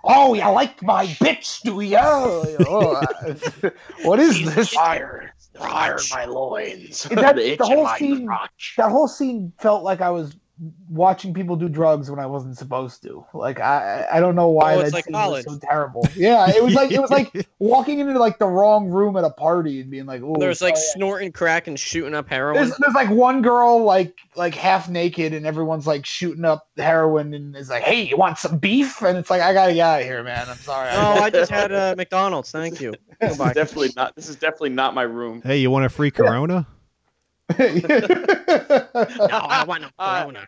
oh, you like my bitch, do ya? Oh, I- what is this? Fire, fire in my loins. That- the Itch in whole my scene- crotch. That whole scene felt like I was watching people do drugs when I wasn't supposed to. Like I, I don't know why Oh, it's that like scene college. was so terrible. Yeah, it was like it was like walking into like the wrong room at a party and being like, "Ooh, There's like sorry, snorting crack and shooting up heroin. there's, there's like one girl like like half naked and everyone's like shooting up heroin and is like, hey, you want some beef? And it's like, I gotta get out of here, man. I'm sorry. Oh, I just had uh, McDonald's. Thank you. This is Goodbye. definitely not. This is definitely not my room. hey, you want a free Corona? No, I want no Uh, Corona.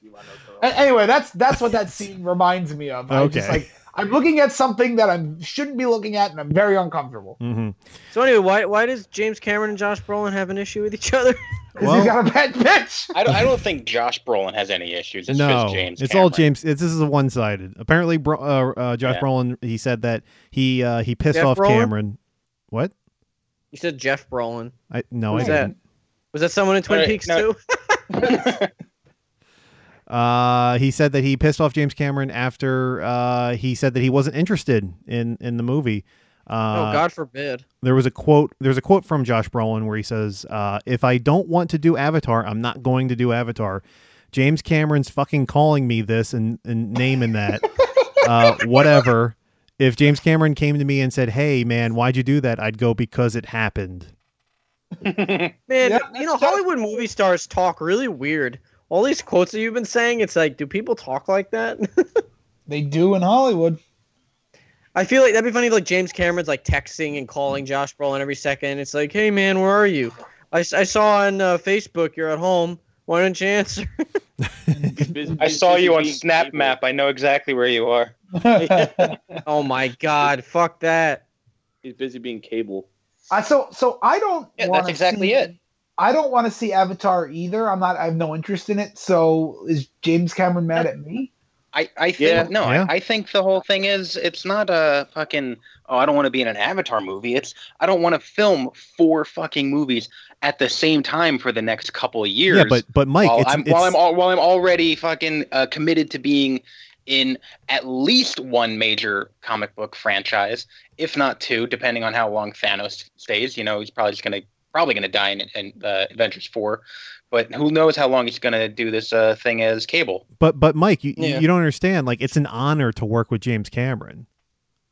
You want no A- girl? anyway, that's that's what that scene reminds me of. I'm just Okay. like I'm looking at something that I shouldn't be looking at, and I'm very uncomfortable. Mm-hmm. So anyway, why why does James Cameron and Josh Brolin have an issue with each other? 'Cause Well- he's got a bad bitch. I don't, I don't think Josh Brolin has any issues. It's no, just James. it's all Cameron. James. It's, this is a one-sided. Apparently, Bro, uh, uh, Josh Yeah. Brolin he said that he uh, he pissed Jeff off Brolin? Cameron. What? You said Jeff Brolin. I no, Who's I that? didn't. Was that someone in Twin Alright, Peaks no. too? Uh, he said that he pissed off James Cameron after uh, he said that he wasn't interested in in the movie. Uh, oh, God forbid. There was a quote. There's a quote from Josh Brolin where he says, uh, "If I don't want to do Avatar, I'm not going to do Avatar." James Cameron's fucking calling me this and, and naming that. uh, whatever. If James Cameron came to me and said, "Hey, man, why'd you do that?" I'd go because it happened. Man, Yeah, you know, that's- Hollywood movie stars talk really weird. All these quotes that you've been saying, it's like, do people talk like that? They do in Hollywood. I feel like that'd be funny if like James Cameron's like texting and calling Josh Brolin every second. It's like, hey man, where are you? I, s- I saw on uh, Facebook you're at hhome. Why don't you answer? He's busy- I he's saw busy you on being Snap evil. Map. I know exactly where you are. I, oh my God, fuck that. He's busy being cable. so so I don't. Yeah, that's wanna exactly see- it. I don't want to see Avatar either. I'm not. I have no interest in it. So is James Cameron mad at me? I, I think Yeah. no, I- Yeah. I, think the whole thing is it's not a fucking oh I don't want to be in an Avatar movie. It's I don't want to film four fucking movies at the same time for the next couple of years. Yeah, but but Mike, while it's, I'm it's- while I'm al- while I'm already fucking uh, committed to being in at least one major comic book franchise, if not two, depending on how long Thanos stays. You know, he's probably just gonna probably gonna die in, in uh, Avengers four, but who knows how long he's gonna do this uh, thing as Cable. but but Mike, you Yeah. you don't understand. Like, it's an honor to work with James Cameron.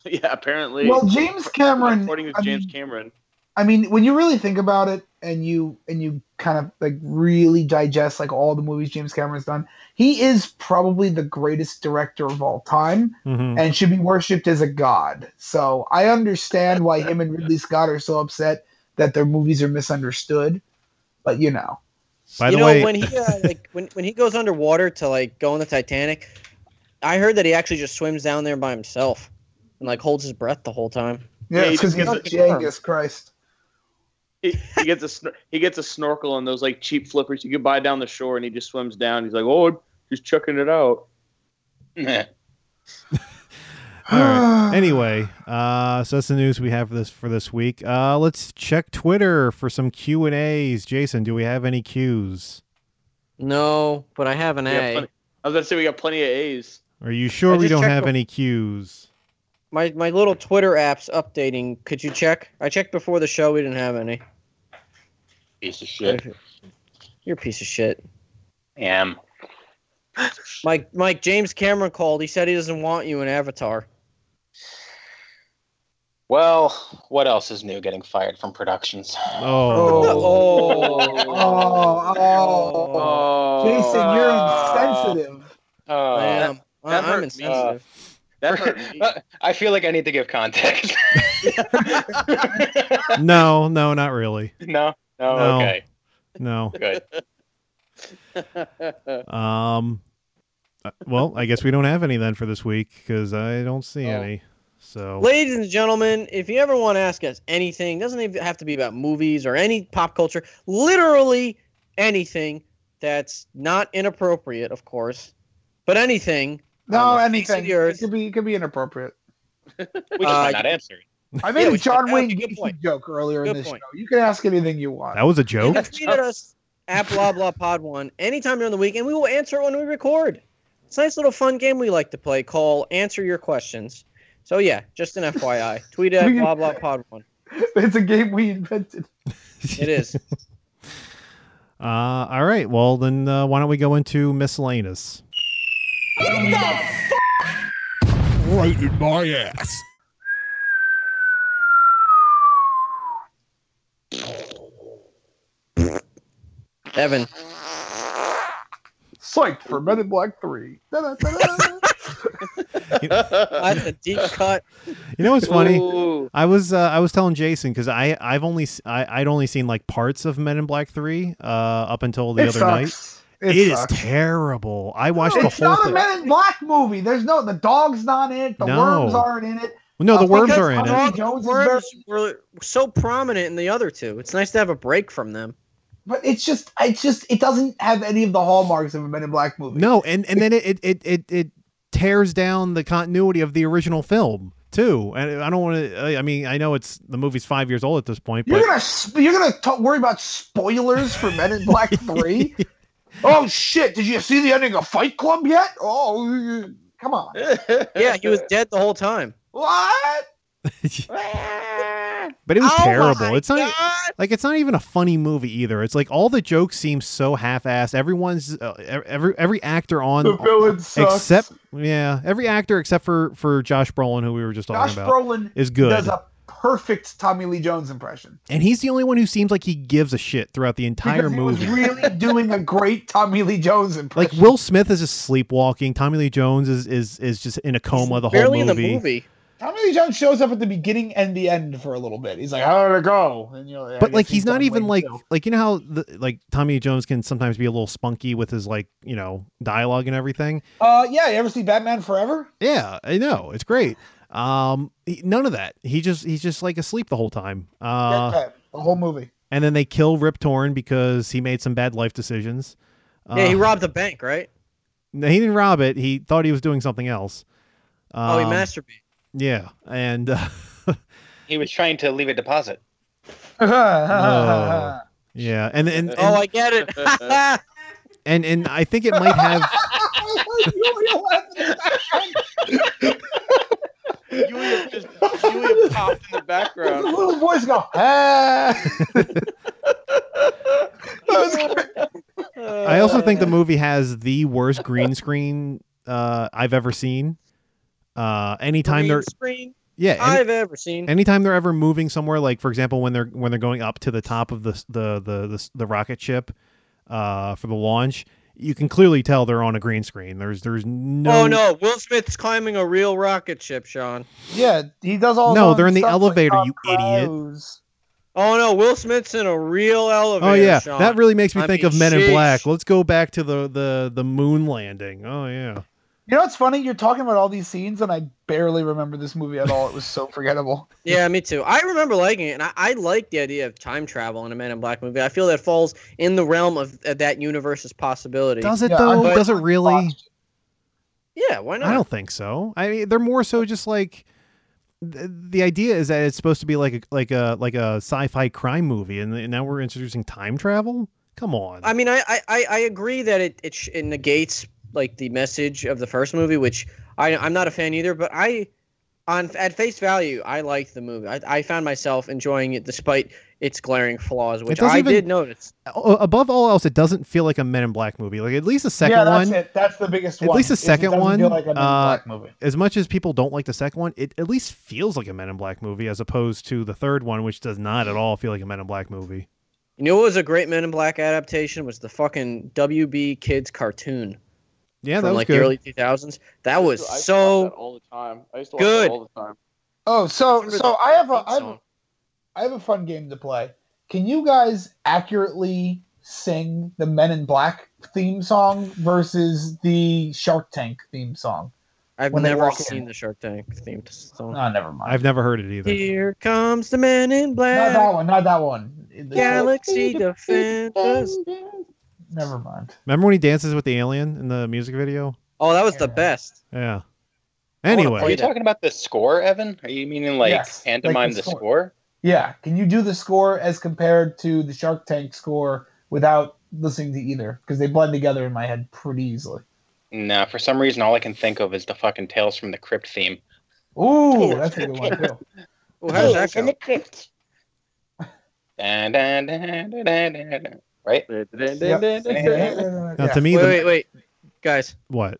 yeah, apparently. Well, James Cameron. According to I James mean, Cameron. I mean, when you really think about it, and you and you kind of like really digest like all the movies James Cameron's done, he is probably the greatest director of all time, Uh, Mhm. and should be worshipped as a god. So I understand why him and Ridley Scott are so upset that their movies are misunderstood. But you know, By you the know, way, when he uh, like when, when he goes underwater to like go on the Titanic, I heard that he actually just swims down there by himself and like holds his breath the whole time. yeah, Yeah, he it's because he's just gets not it. Genghis Christ. He, he gets a snor- he gets a snorkel on those like cheap flippers you can buy down the shore, and he just swims down. He's like, oh, I'm just checking it out. All right. Anyway, uh, so that's the news we have for this for this week. Uh, let's check Twitter for some Q and A's. Jason, do we have any Qs? No, but I have an We got A. plenty- I was going to say we got plenty of A's. Are you sure I we just don't checked have the- any Qs? My my little Twitter app's updating. Could you check? I checked before the show. We didn't have any. Piece of shit. You're a piece of shit. Damn. Mike Mike James Cameron called. He said he doesn't want you in Avatar. Well, what else is new getting fired from productions? Oh, Oh, oh, Oh. Jason, you're insensitive. Oh, I am. that I- I'm hurt me. Uh, insensitive. That hurt me. Uh, I feel like I need to give context. Oh. no, no, not really. no, no, No. okay, No. good. Um, uh, well, I guess we don't have any then for this week because I don't see Oh. any. So Ladies and gentlemen, if you ever want to ask us anything, doesn't even have to be about movies or any pop culture, literally anything, that's not inappropriate, of course, but anything. No, Um, anything. Fixing the Earth. It could be it could be inappropriate. We just Uh, might not answer. it. I made Yeah, a we should- John that would Wayne be a good Gacy point. joke earlier in Good this point. show. You can ask anything you want. That was a You joke. can tweet at us at blah blah pod one anytime during the week, and we will answer it when we record. It's a nice little fun game we like to play called Answer Your Questions. So yeah, just an FYI, tweet at We- blah blah pod one. it's a game we invented. It is. Uh, all right. Well, then uh, why don't we go into miscellaneous? Right in my ass. Evan, Psyched for Men in Black Three. Da-da-da-da. that's a deep cut. You know what's funny? Ooh. I was uh, I was telling Jason because I I've only s- I would only seen like parts of Men in Black Three uh, up until the it other night. sucks. It, it is sucks. terrible. I watched the it's whole not thing. a Men in Black movie. There's no the dog's not in it. The No. worms aren't in it. no, the Uh, worms because are in I'm it. Dog not- Jones is worms were so prominent in the other two. It's nice to have a break from them. But it's just it's just it doesn't have any of the hallmarks of a Men in Black movie. No, and and then it it it it, it tears down the continuity of the original film too. And I don't want to. I mean, I know it's the movie's five years old at this point, You're but gonna sp- you're gonna t- worry about spoilers for Men in Black Three. oh shit! Did you see the ending of Fight Club yet? Oh, you- come on! Yeah, he was dead the whole time. What? but it was Oh terrible. my It's not. e, God. like it's not even a funny movie either. It's like all the jokes seem so half-assed. Everyone's uh, every every actor on The villain sucks. except yeah, every actor except for for Josh Brolin who we were just talking Josh about Brolin is good. does a perfect Tommy Lee Jones impression. and he's the only one who seems like he gives a shit throughout the entire Because he movie. was really doing a great Tommy Lee Jones like impression. Will Smith is just sleepwalking. Tommy Lee Jones is is is just in a coma the whole Barely movie. in the movie. Tommy Lee Jones shows up at the beginning and the end for a little bit. He's like, "How did it go?" And, you know, I But like guess he's not done even way like too. like you know how the, like Tommy Lee Jones can sometimes be a little spunky with his like you know dialogue and everything. Uh, yeah. You ever see Batman Forever? Yeah, I know. It's great. Um, he- none of that. He just he's just like asleep the whole time. Uh, yeah, the whole movie. and then they kill Rip Torn because he made some bad life decisions. Uh, yeah, he robbed the bank, right? no, he didn't rob it. He thought he was doing something else. oh, he Um, masturbated. Yeah, and uh, He was trying to leave a deposit. No. yeah, and and and, Oh, I get it. and and I think it might have. Huey have just Huey have popped in the The background. little boys go, "Ah." hey. I also think Uh, the movie has the worst green screen uh, I've ever seen. Uh, anytime Green they're screen yeah, any- I've ever seen. anytime they're ever moving somewhere like for example when they're when they're going up to the top of the the the the, the rocket ship uh for the launch you can clearly tell they're on a green screen there's there's no Oh no, Will Smith's climbing a real rocket ship, Sean. yeah, he does all. his No, own they're in the stuff with elevator, Tom you idiot. Cruise. Oh no, Will Smith's in a real elevator. oh yeah Sean. that really makes me I think mean, of men in sheesh. black let's go back to the the the moon landing oh yeah You know what's funny? You're talking about all these scenes, and I barely remember this movie at all. It was so forgettable. Yeah, me too. I remember liking it, and I, I like the idea of time travel in a Men in Black movie. I feel that falls in the realm of, of that universe's possibility. does it Yeah, though but- does it really yeah, why not? i don't think so i mean they're more so just like th- the idea is that it's supposed to be like a like a like a sci-fi crime movie and, and now we're introducing time travel come on I mean, I, I- I, I agree that it it, sh- it negates like the message of the first movie, which I I'm not a fan either. But I, on at face value, I liked the movie. I, I found myself enjoying it despite its glaring flaws, which doesn't I even- did notice. o- above all else, it doesn't feel like a Men in Black movie. Like at least the second yeah, that's one, it. That's the biggest at one. least the is it second doesn't one, feel like a Men in uh, Black movie. as much as people don't like the second one, it at least feels like a Men in Black movie as opposed to the third one, which does not at all feel like a Men in Black movie. You know what was a great Men in Black adaptation was the fucking WB kids cartoon Yeah, from that was like good. the early 2000s. That I was used to- I used to watch that so all the time. I used to watch good. that all the time. Oh, so Remember so the I have a theme I have a, song. I have a fun game to play. Can you guys accurately sing the Men in Black theme song versus the Shark Tank theme song? I've when they never walk seen in. the Shark Tank themed song. Oh, never mind. I've never heard it either. Here comes the Men in not Black that one. Not that one. Galaxy Defenders. Never mind. Remember when he dances with the alien in the music video? Oh, that was the best. Yeah. Are you Anyway, play- talking about the score, Evan? Are you meaning like Yes, like pantomime the the score. score? Yeah. Can you do the score as compared to the Shark Tank score without listening to either? Because they blend together in my head pretty easily. No, for some reason, all I can think of is the fucking Tales from the Crypt theme. Ooh, that's a good one too. Well, how does that go? Dun, dun, dun, dun, dun, dun, dun. Right? now Yeah. to me, Wait, the, wait, wait, guys. what?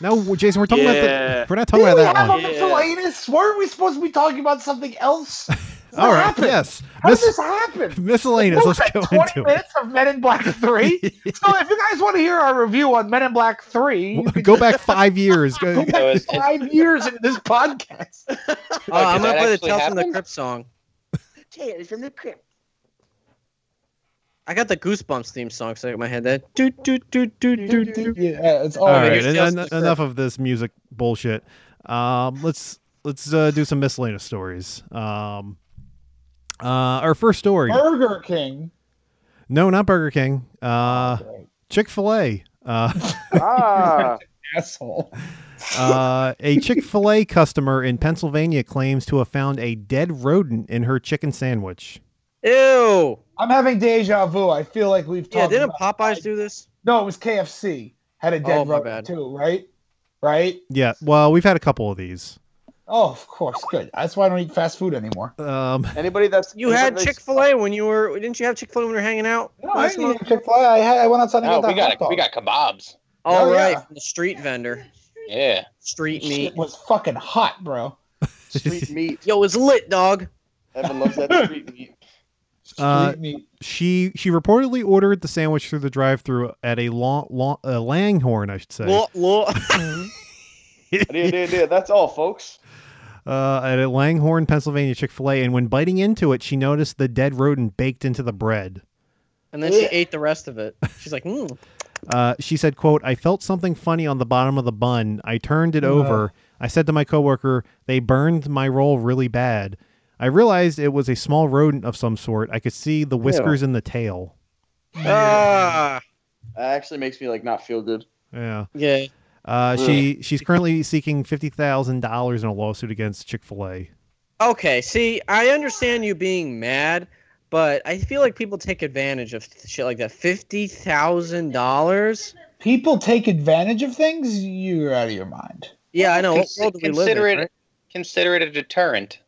No, w- Jason, we're talking Yeah. about the, we're not talking Didn't we about have that a one. Yeah. miscellaneous? Weren't we supposed to be talking about something else? All right, happened? yes, How Mis- did this happen? miscellaneous. What Let's was that, go 20 into it. minutes of Men in Black 3? so if you guys want to hear our review on Men in Black 3, you Go back five years. go Go, So back it's- five years into this podcast. Uh, I'm did gonna play the that actually Tales from happen? the Crypt song. Tales from the Crypt. I got the Goosebumps theme song stuck in my head. That do do do do do do. yeah, it's all, All right, yours. en- just en- the enough of this music bullshit. Um, let's let's uh, do some miscellaneous stories. Um, uh, our first story. Burger King. No, not Burger King. Uh, Right. Chick Fil A. Uh, Ah, Asshole. uh, a Chick Fil A customer in Pennsylvania claims to have found a dead rodent in her chicken sandwich. Ew. I'm having deja vu. I feel like we've talked Yeah, didn't about Popeyes do this? No, it was KFC. Had a dead Oh, my rodent bad. too, right? Right? Yeah, well, we've had a couple of these. Oh, of course. Good. That's why I don't eat fast food anymore. Um, anybody that's You had anybody Chick that's- Fil A when you were didn't you have Chick Fil A when you were hanging out? No, I last didn't month? eat Chick Fil A. I, had- I went outside and No, got Oh, we that got hot dog. we got kebabs. All Oh, right, yeah. from the street vendor, Yeah. street meat. It was fucking hot, bro. Street meat. Yo, it's lit, dog. Evan loves that street meat. Uh, Street meat. she she reportedly ordered the sandwich through the drive-through at a long, long, uh, Langhorn, I should say. Lo- lo- Yeah, yeah, yeah, That's all, folks. uh, at a Langhorne, Pennsylvania Chick fil A, and when biting into it, she noticed the dead rodent baked into the bread. and then she ate the rest of it. She's like, mm. Uh, she said, quote, I felt something funny on the bottom of the bun. I turned it over. I said to my coworker, they burned my roll really bad. I realized it was a small rodent of some sort. I could see the whiskers and the tail. ah, That actually makes me like not feel good. Yeah. yeah. Uh, she she's currently seeking fifty thousand dollars in a lawsuit against Chick Fil A. Okay, see, I understand you being mad, but I feel like people take advantage of shit like that. Fifty thousand dollars? People take advantage of things. You're out of your mind. Yeah, I know. What Cons- world do we live in, consider it right? consider it a deterrent.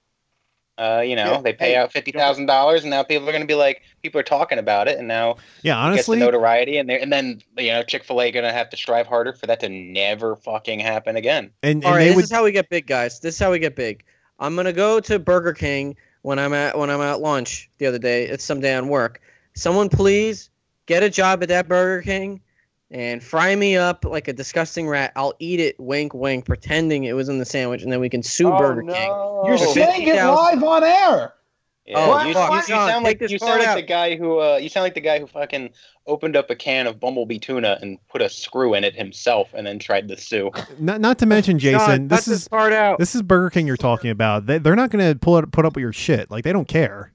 Uh, you know, Yeah, they pay hey, out fifty thousand dollars, and now people are going to be like, people are talking about it, and now Yeah, it gets the honestly, notoriety, and they and then you know, Chick Fil A going to have to strive harder for that to never fucking happen again. and, and All right, they this would is how we get big, guys. This is how we get big. I'm gonna go to Burger King when I'm at when I'm at lunch the other day. It's some day on work. Someone please get a job at that Burger King and fry me up like a disgusting rat. I'll eat it, wink, wink, pretending it was in the sandwich, and then we can sue oh, Burger no. King. You're fifty saying it thousand- live on air. Yeah, Oh, you, fuck, you John, sound take like this you part sound like out. the guy who uh, you sound like the guy who fucking opened up a can of bumblebee tuna and put a screw in it himself, and then tried to sue. not not to mention Jason. John, cut this is this part out. This is Burger King you're talking about. They, they're not going to pull it, put up with your shit. Like they don't care.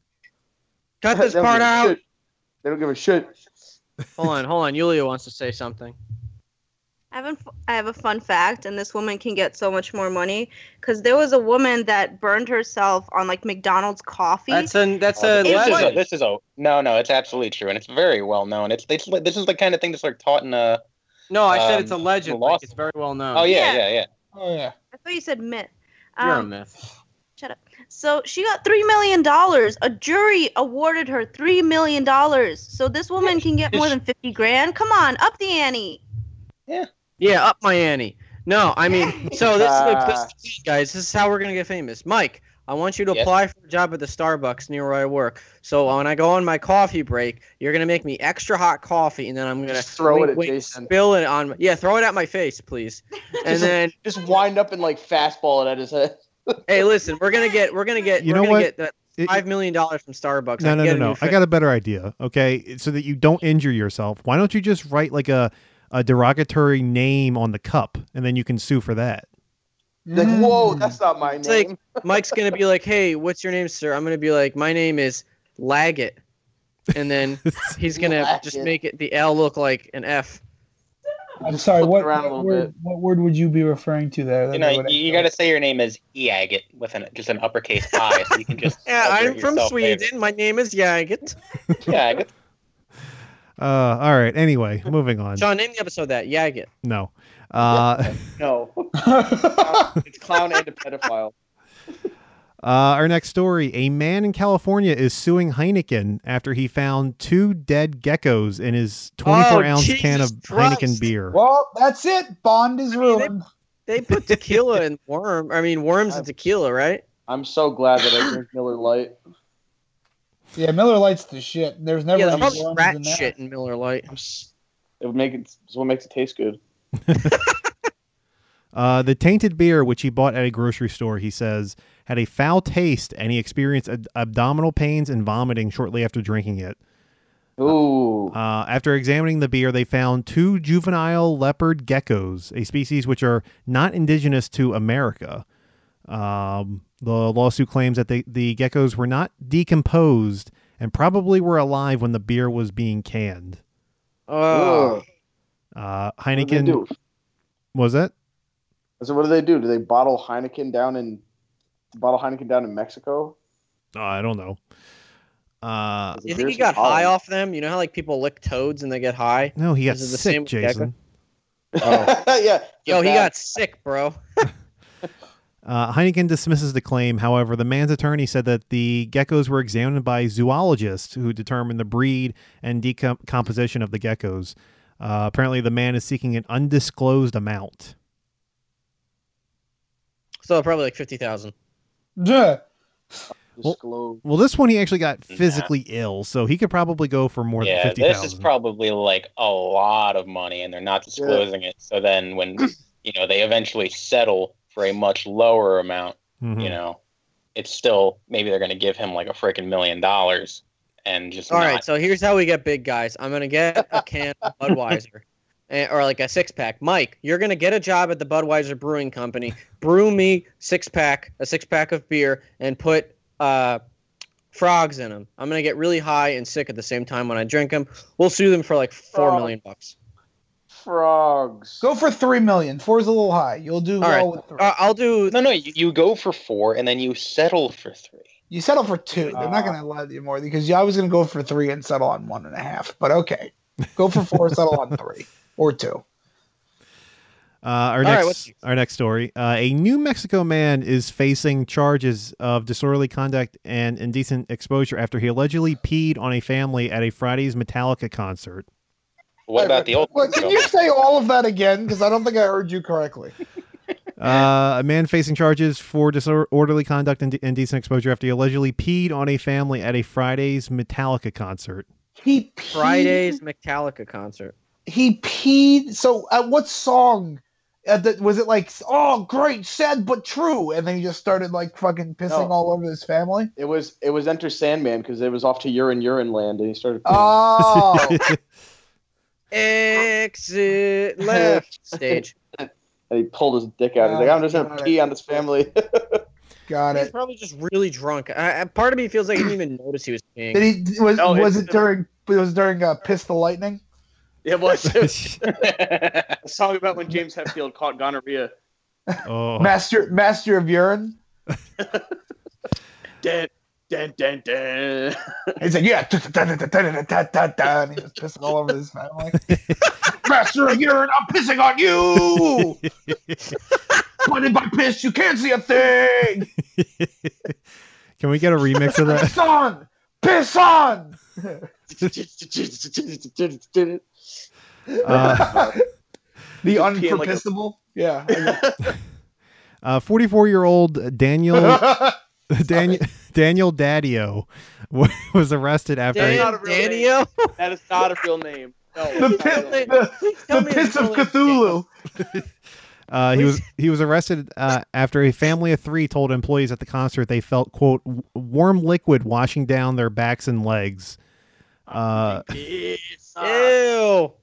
cut this They don't part give a out. shit. They don't give a shit. Hold on, hold on. Yulia wants to say something. I have, an, I have a fun fact, and this woman can get so much more money because there was a woman that burned herself on like McDonald's coffee. That's a that's Oh, a this, is a, legend. this is a no, no. It's absolutely true, and it's very well known. It's, it's this is the kind of thing that's like taught in uh No, I said um, it's a legend. lost- Like, it's very well known. oh yeah Yeah. yeah yeah. Oh yeah. I thought you said myth. you're a Um, myth. So she got three million dollars. A jury awarded her three million dollars. So this woman can get more than fifty grand. Come on, up the ante. Yeah, up my ante. No, I mean, so this, Ah. this- guys, this is how we're gonna get famous. Mike, I want you to Yes. apply for a job at the Starbucks near where I work. So when I go on my coffee break, you're gonna make me extra hot coffee, and then I'm gonna Just throw it wait, at wait, Jason. Spill it on. Yeah, throw it at my face, please. And Just- then, Just wind up and like fastball it at his head. hey, listen, we're gonna get, we're gonna get, You we're know gonna what? get that It- five million dollars from Starbucks. no, I no, can no, get a new no. I face. got a better idea. Okay, so that you don't injure yourself. Why don't you just write like a a derogatory name on the cup, and then you can sue for that. Like, Mm. whoa, that's not my Mm. It's name. like Mike's gonna be like, "Hey, what's your name, sir?" I'm gonna be like, "My name is Laggett." and then Uh, he's gonna Laugh just it. make it the L look like an F. I'm sorry. flip it What, around a what, little word, bit. what word would you be referring to there? You That know, I you, would- you got to say your name is E Eagit with an just an uppercase I, so you can just. Yeah, celebrate I'm from yourself Sweden. later. My name is Jagget. Yeah, good. Uh, all right. Anyway, moving on. John, name the episode that Jagget. No. Uh, No, it's clown and a pedophile. uh, our next story: A man in California is suing Heineken after he found two dead geckos in his 24 ounce Oh, Jesus can of Christ. Heineken beer. well, that's it. Bond is mean, they- ruined. They put tequila in worm. I mean, worms in tequila, right? I'm so glad that I drink Miller Lite. Yeah, Miller Lite's the shit. There's never yeah, any there's probably blondes in rat that. shit in Miller Lite. I'm s- It would make it. It's what makes it taste good. Uh, the tainted beer, which he bought at a grocery store, he says, had a foul taste and he experienced ad- abdominal pains and vomiting shortly after drinking it. Ooh, Uh, after examining the beer, they found two juvenile leopard geckos, a species which are not indigenous to America. Um, the lawsuit claims that the, the geckos were not decomposed and probably were alive when the beer was being canned. Oh, Uh, what do they do? Heineken was that? I said, what do they do? Do they bottle Heineken down in bottle Heineken down in Mexico? Oh, I don't know. Uh, Is it you think beers he got from high Holland? off them? You know how like people lick toads and they get high? no, he got Is it the sick, same gecko? Jason. yeah. Yo, he Yeah. got sick, bro. Uh, Heineken dismisses the claim. However, the man's attorney said that the geckos were examined by zoologists who determined the breed and decomposition of the geckos. Uh, apparently, the man is seeking an undisclosed amount. So probably like fifty thousand. Yeah. disclosed. Well, this one he actually got physically ill, so he could probably go for more than Yeah, fifty this is thousand. probably like a lot of money, and they're not disclosing it. So then, when you know they eventually settle for a much lower amount, Mm-hmm. you know, it's still maybe they're going to give him like a freaking million dollars and just All not. right, so here's how we get big guys. I'm gonna get a can of Budweiser, eh, or like a six pack. Mike, you're gonna get a job at the Budweiser Brewing Company. Brew me six pack, a six pack of beer, and put uh, frogs in them. I'm gonna get really high and sick at the same time when I drink them. We'll sue them for like four Frog. million bucks. Frogs. Go for three million. Four's a little high. You'll do All well right. with three. Uh, I'll do. No, no, you, you go for four, and then you settle for three. you settle for two. They're Uh. not gonna allow you more because yeah, I was gonna go for three and settle on one and a half. But okay, go for four, settle on three or two. Uh, All our right, next, what's- our next story: uh, a New Mexico man is facing charges of disorderly conduct and indecent exposure after he allegedly peed on a family at a Friday's Metallica concert. What about the old? Well, can you say all of that again? Because I don't think I heard you correctly. Uh, a man facing charges for disorderly conduct and indecent exposure after he allegedly peed on a family at a Friday's Metallica concert. He peed, Friday's Metallica concert. He peed. So at what song? At the, was it like oh great sad but true? And then he just started like fucking pissing No. all over his family. It was it was Enter Sandman because it was off to urine urine land and he started. Oh, Exit left stage. and he pulled his dick out. He's like, Oh, I'm just Got gonna it. pee on this family. got He's it. probably just really drunk. I, I- part of me feels like he didn't even notice he was peeing. Did he was No, was it's- it during it was during uh, piss the lightning? It was oh, a song about when James Hetfield caught gonorrhea. Oh. Master master of urine. Dun, dun, dun, dun. He's like yeah, da, da, da, da, da, da, da, da, da, and he was pissing all over his family. master of urine, I'm pissing on you. but in my piss, you can't see a thing. Can we get a remix of that? Piss on, piss on. Uh, the peeing like a- unpropissable. Yeah. uh, 44-year-old Daniel Daniel Daniel Daddio wa- was arrested after Dan- Not a real name. Daniel? That is not a real name. No, it's not the, a real piss, name. the, Please tell the me piss it's of only- Cthulhu. uh, he was he was arrested uh, after a family of three told employees at the concert they felt quote w- warm liquid washing down their backs and legs. Uh, Piss on. Ew.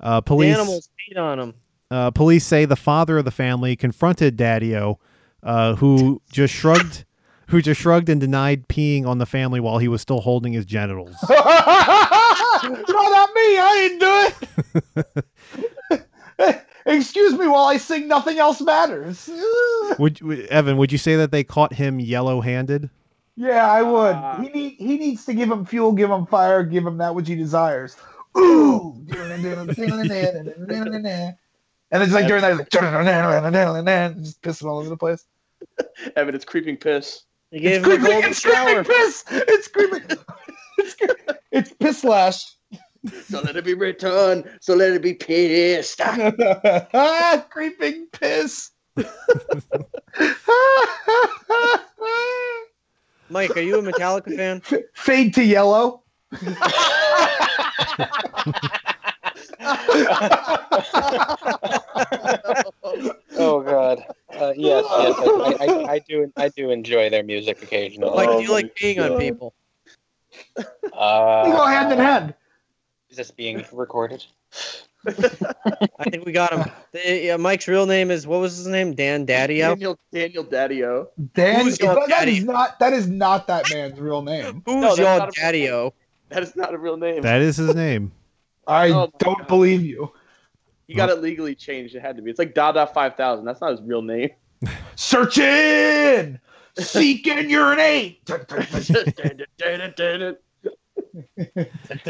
uh, The police Animals peed on him. Uh, police say the father of the family confronted Daddio, uh, who just shrugged who just shrugged and denied peeing on the family while he was still holding his genitals. no, not me. I didn't do it. Excuse me while I sing Nothing Else Matters. would would- Evan? Would you say that they caught him yellow-handed? yeah, I would. Uh, Ah. he, need, he needs to give him fuel, give him fire, give him that which he desires. Ooh. and it's like during that, it's like, just pissing all over the place. Evan, it's creeping piss. He gave It's him a creeping, golden it's creeping shower. piss. It's creeping. it's, cre- it's piss slash. So let it be returned. So let it be pissed. ah, creeping piss. Mike, are you a Metallica fan? Fade to yellow. Oh God. Uh, yes, yes. I, I, I, I do. I do enjoy their music occasionally. Like, do Uh, you like peeing on people? They go hand in Uh, hand. Is this being recorded? I think we got him. They- yeah, Mike's real name is what was his name? Dan Daddio. Daniel Daniel Daddio. Dan, Who's your that- that daddy? is not that is not that man's real name. Who's that's your not a- Daddio? That is not a real name. That is his name. I Oh my don't God. believe you. He got it legally changed. It had to be. It's like Dada Five Thousand. That's not his real name. Search in, seek and urinate.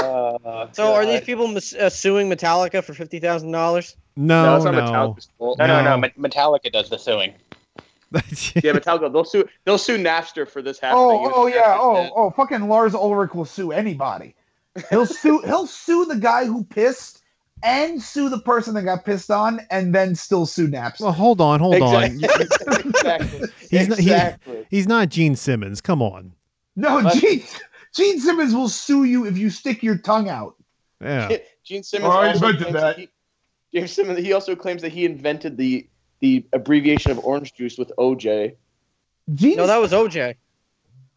Uh, So are these God. people mis- uh, suing Metallica for fifty thousand dollars? No, that's Oh, no. not Metallica's fault. No, no, no. No. Met- Metallica does the suing. Yeah, Metallica. They'll sue. They'll sue Napster for this happening. It Oh, was oh yeah. Napster's Oh, debt. oh, fucking Lars Ulrich will sue anybody. He'll sue. he'll sue the guy who pissed, and sue the person that got pissed on, and then still sue Napster. well, hold on, hold on. exactly. He's not- he- exactly. He's not Gene Simmons. Come on. no, Gene, Gene Simmons will sue you if you stick your tongue out. Yeah. Gene Simmons. I also invented claims that. He, James Simmons. He also claims that he invented the the abbreviation of orange juice with OJ. Gene, No, that was OJ.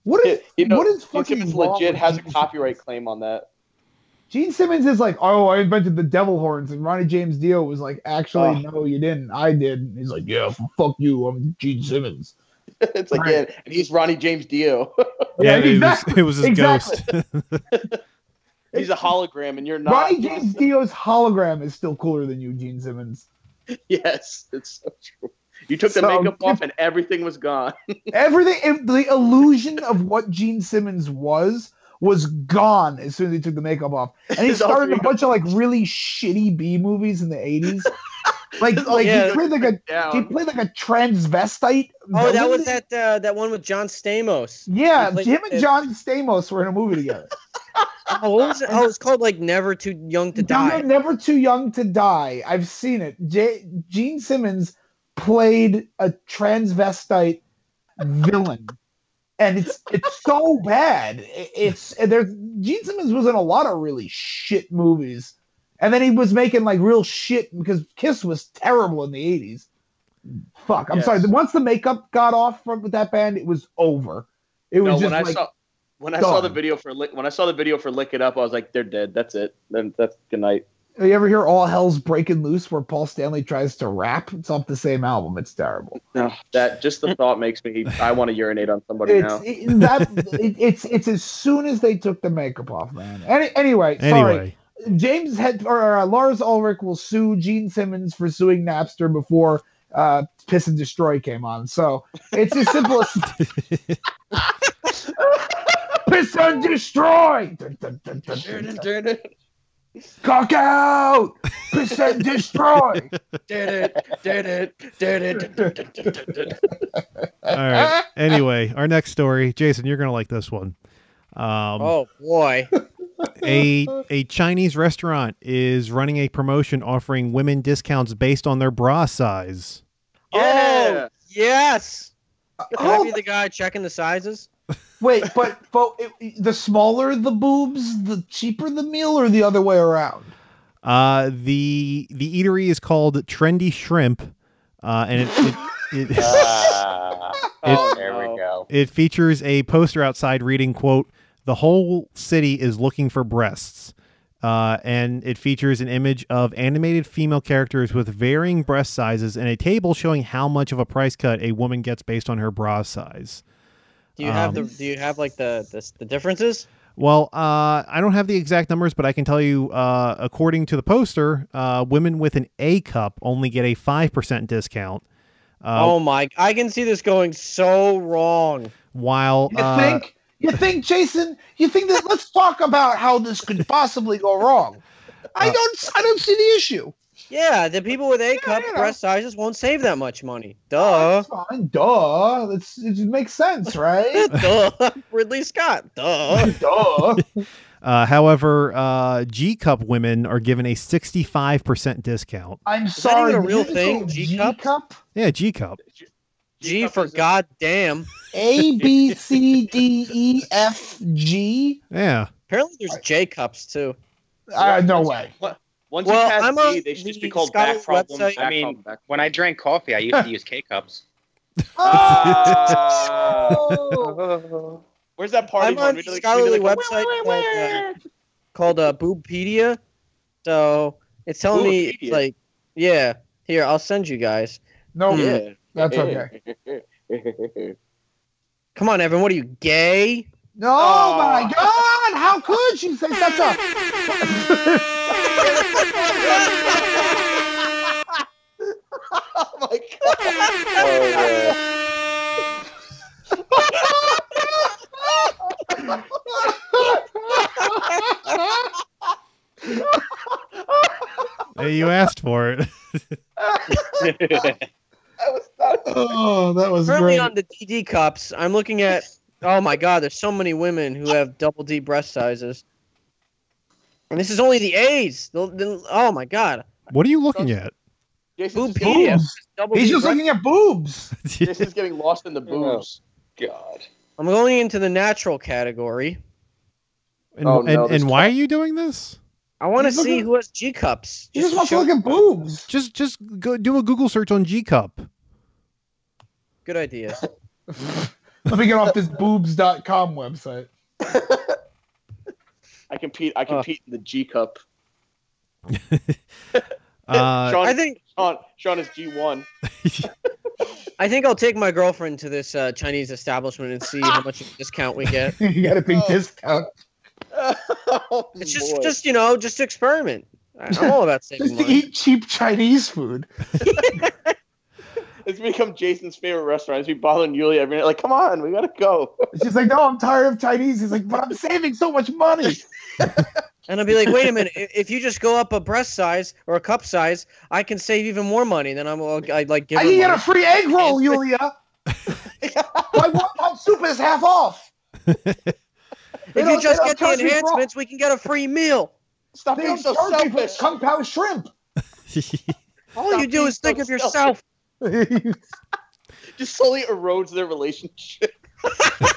what is Yeah, you know, what is Gene fucking Simmons wrong legit with has a Gene copyright Simmons? claim on that. Gene Simmons is like, oh, I invented the devil horns, and Ronnie James Dio was like, actually, Oh. no, you didn't. I did. And he's like, yeah, fuck you. I'm Gene Simmons. it's like, yeah, and he's Ronnie James Dio. Yeah, Right, it exactly, was it was his exactly. ghost. he's a hologram, and you're not. Ronnie James Dio's hologram is still cooler than you, Gene Simmons. Yes, it's so true. You took the So- makeup off, and everything was gone. Everything, if the illusion of what Gene Simmons was, was gone as soon as he took the makeup off. And he His alter started a ego. bunch of like really shitty B movies in the 80s. Like, His like alter he ego played like a Down. he played like a transvestite. Oh, that villain. was that uh, that one with John Stamos. Yeah, He played- him and John Stamos were in a movie together. Oh, what was it? Oh, it's called like Never Too Young to You're Die. never too young to die. I've seen it. J- Gene Simmons played a transvestite villain, and it's it's so bad. I- It's there. Gene Simmons was in a lot of really shit movies, and then he was making like real shit because Kiss was terrible in the eighties. Fuck, I'm Yes. sorry. Once the makeup got off from with that band, it was over. It was No, just when I like, saw when I saw the gone. video for Lick, when I saw the video for Lick It Up, I was like, they're dead. That's it. Then that's good night. you ever hear "All Hell's Breaking Loose" where Paul Stanley tries to rap? It's off the same album. It's terrible. No, that just the thought makes me. I want to urinate on somebody It's Oh, now. it, that it, it's it's as soon as they took the makeup off, man. Any, anyway, sorry. anyway, James had or uh, Lars Ulrich will sue Gene Simmons for suing Napster before uh, Piss and Destroy came on. So it's as simple as Piss and Destroy. Cock out. Piss and Destroy. all right. Anyway, our next story, Jason, you're gonna like this one. Um, Oh boy. a a Chinese restaurant is running a promotion offering women discounts based on their bra size. Oh Yeah. yes. Can I Oh, be the guy checking the sizes? wait, but but it, the smaller the boobs, the cheaper the meal, or the other way around. Uh, the the eatery is called Trendy Shrimp, uh, and it it, it, Ah, Oh, there no. we go. it features a poster outside reading quote The whole city is looking for breasts. Uh, and it features an image of animated female characters with varying breast sizes and a table showing how much of a price cut a woman gets based on her bra size. Do you have the? Um, Do you have like the the, the differences? Well, uh, I don't have the exact numbers, but I can tell you, uh, according to the poster, uh, women with an A cup only get a 5% discount. Uh, oh my! I can see this going so wrong. While. You Uh, think? You think, Jason? You think that? let's talk about how this could possibly go wrong. I Uh, don't. I don't see the issue. Yeah, the people with A cup you know. breast sizes won't save that much money. Duh. It's fine. Duh. It's, it makes sense, right? Duh. Ridley Scott. Duh. Duh. uh, however, uh, G cup women are given a 65% discount. I'm that even sorry. a real did you thing? go G cup? G-cup? Yeah, G cup. G for goddamn. A B C D E F G. Yeah. Apparently, there's J cups too. Uh, no way. Once Well, you pass I'm D, on they should just the be called Sky back problem. website. I mean, back When I drank coffee, I used to use K cups. Ah, problem. Where's that party? I'm on We the did, like- we scholarly did, like, website called, uh, called uh, Boobpedia. So it's telling me Boobpedia? like, yeah. Here, I'll send you guys. No, Yeah. way. that's okay. Come on, Evan. What are you gay? No, my Oh. God! How could you say that's a Oh my god! Hey, you asked for it. Oh, that was Currently great. on the DD cups, I'm looking at. Oh my God, there's so many women who have double D breast sizes, and this is only the A's. The- the- oh my God, What are you looking at? Jason's just getting, Boobpedia. Boobs. Double He's D just breast- looking at boobs. Jason's getting lost in the boobs. God. I'm going into the natural category. And, Oh, no, and, this and why are you doing this? I want to He's looking- see who has G cups. He just to wants to show- look at boobs. Just just go do a Google search on G cup. Good idea. Let me get off this boobs.com website. I compete. Uh. I compete in the G cup. Uh, Sean, I think Sean, Sean is G one. I think I'll take my girlfriend to this uh, Chinese establishment and see how much of a discount we get. you got a big Oh. discount. oh, It's just, boy. just you know, just experiment. I- I'm all about saving Just to money. eat cheap Chinese food. It's become Jason's favorite restaurant. It's be bothering Yulia every night. Like, come on, we gotta go. She's like, no, I'm tired of Chinese. He's like, but I'm saving so much money. And I'll be like, wait a minute, i- if you just go up a breast size or a cup size, I can save even more money. Then I'm I like give I her can get a money. free egg roll, Yulia. My one pound soup is half off. If don't- you just they get the don't charge me for all- enhancements, we can get a free meal. Stop They being don't so charge me for selfish. kung pao shrimp. All you do being is think so of yourself. Just slowly erodes their relationship.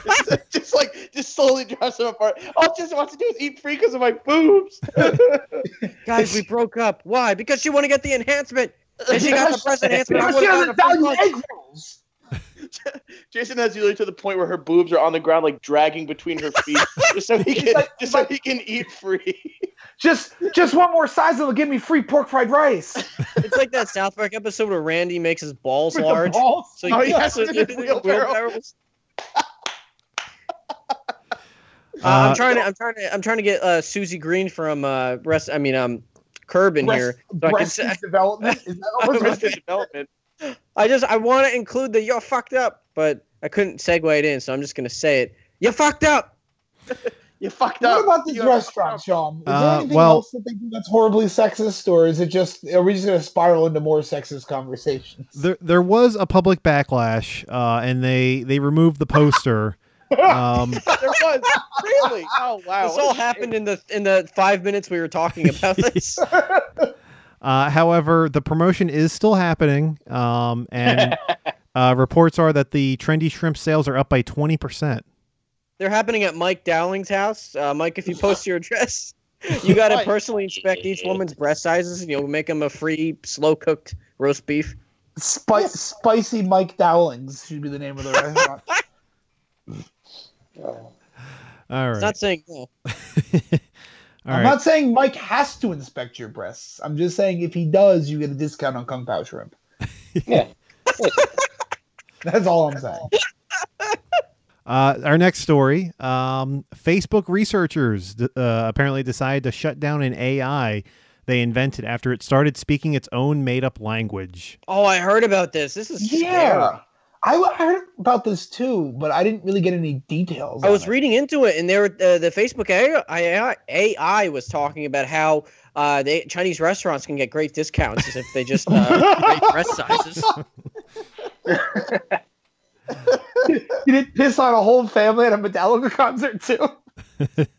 just, just like, just slowly drives them apart. All Jason wants to do is eat free because of my boobs. Guys, we broke up. Why? Because she wanted to get the enhancement. And she got the breast enhancement. I But she would've doesn't gotten a free value lunch. egg rolls. Jason has Yulia to the point where her boobs are on the ground, like dragging between her feet, just so he can, just so he can eat free. Just, just one more size that'll give me free pork fried rice. It's like that South Park episode where Randy makes his balls With the large. balls. So you Oh, yeah, so with you the do the wheelbarrow. wheelbarrows. Uh, Uh, I'm trying to. I'm trying to. I'm trying to get uh, Susie Green from uh, rest. I mean, um, Curb in Breast- here. So I, can, breast s- development. Is that what Arrested breast- development. I just. I want to include the "you're fucked up," but I couldn't segue it in, so I'm just gonna say it. You fucked up. You fucked up. What about this You- restaurant, Sean? Is Uh, there anything well- else that they do that's horribly sexist, or is it just are we just going to spiral into more sexist conversations? there there was a public backlash, uh, and they they removed the poster. Um, There was really. Oh wow. this what a all shame. happened in the in the five minutes we were talking about this. uh, however, the promotion is still happening, um, and uh, reports are that the trendy shrimp sales are up by twenty percent. They're happening at Mike Dowling's house. Uh, Mike, if you post your address, you got to Mike. personally inspect each woman's breast sizes, and you'll make them a free slow cooked roast beef. Spi- spicy Mike Dowlings should be the name of the restaurant. All It's right. not saying no. All I'm right. not saying Mike has to inspect your breasts. I'm just saying if he does, you get a discount on Kung Pao shrimp. Yeah. That's all I'm saying. Uh, our next story um, Facebook researchers d- uh, apparently decided to shut down an AI they invented after it started speaking its own made up language. Oh, I heard about this. This is Yeah. scary. I I heard about this too, but I didn't really get any details. I on was it. reading into it, and there were uh, the Facebook AI, AI was talking about how uh, they Chinese restaurants can get great discounts as if they just uh, great breast sizes. You didn't piss on a whole family at a Metallica concert too.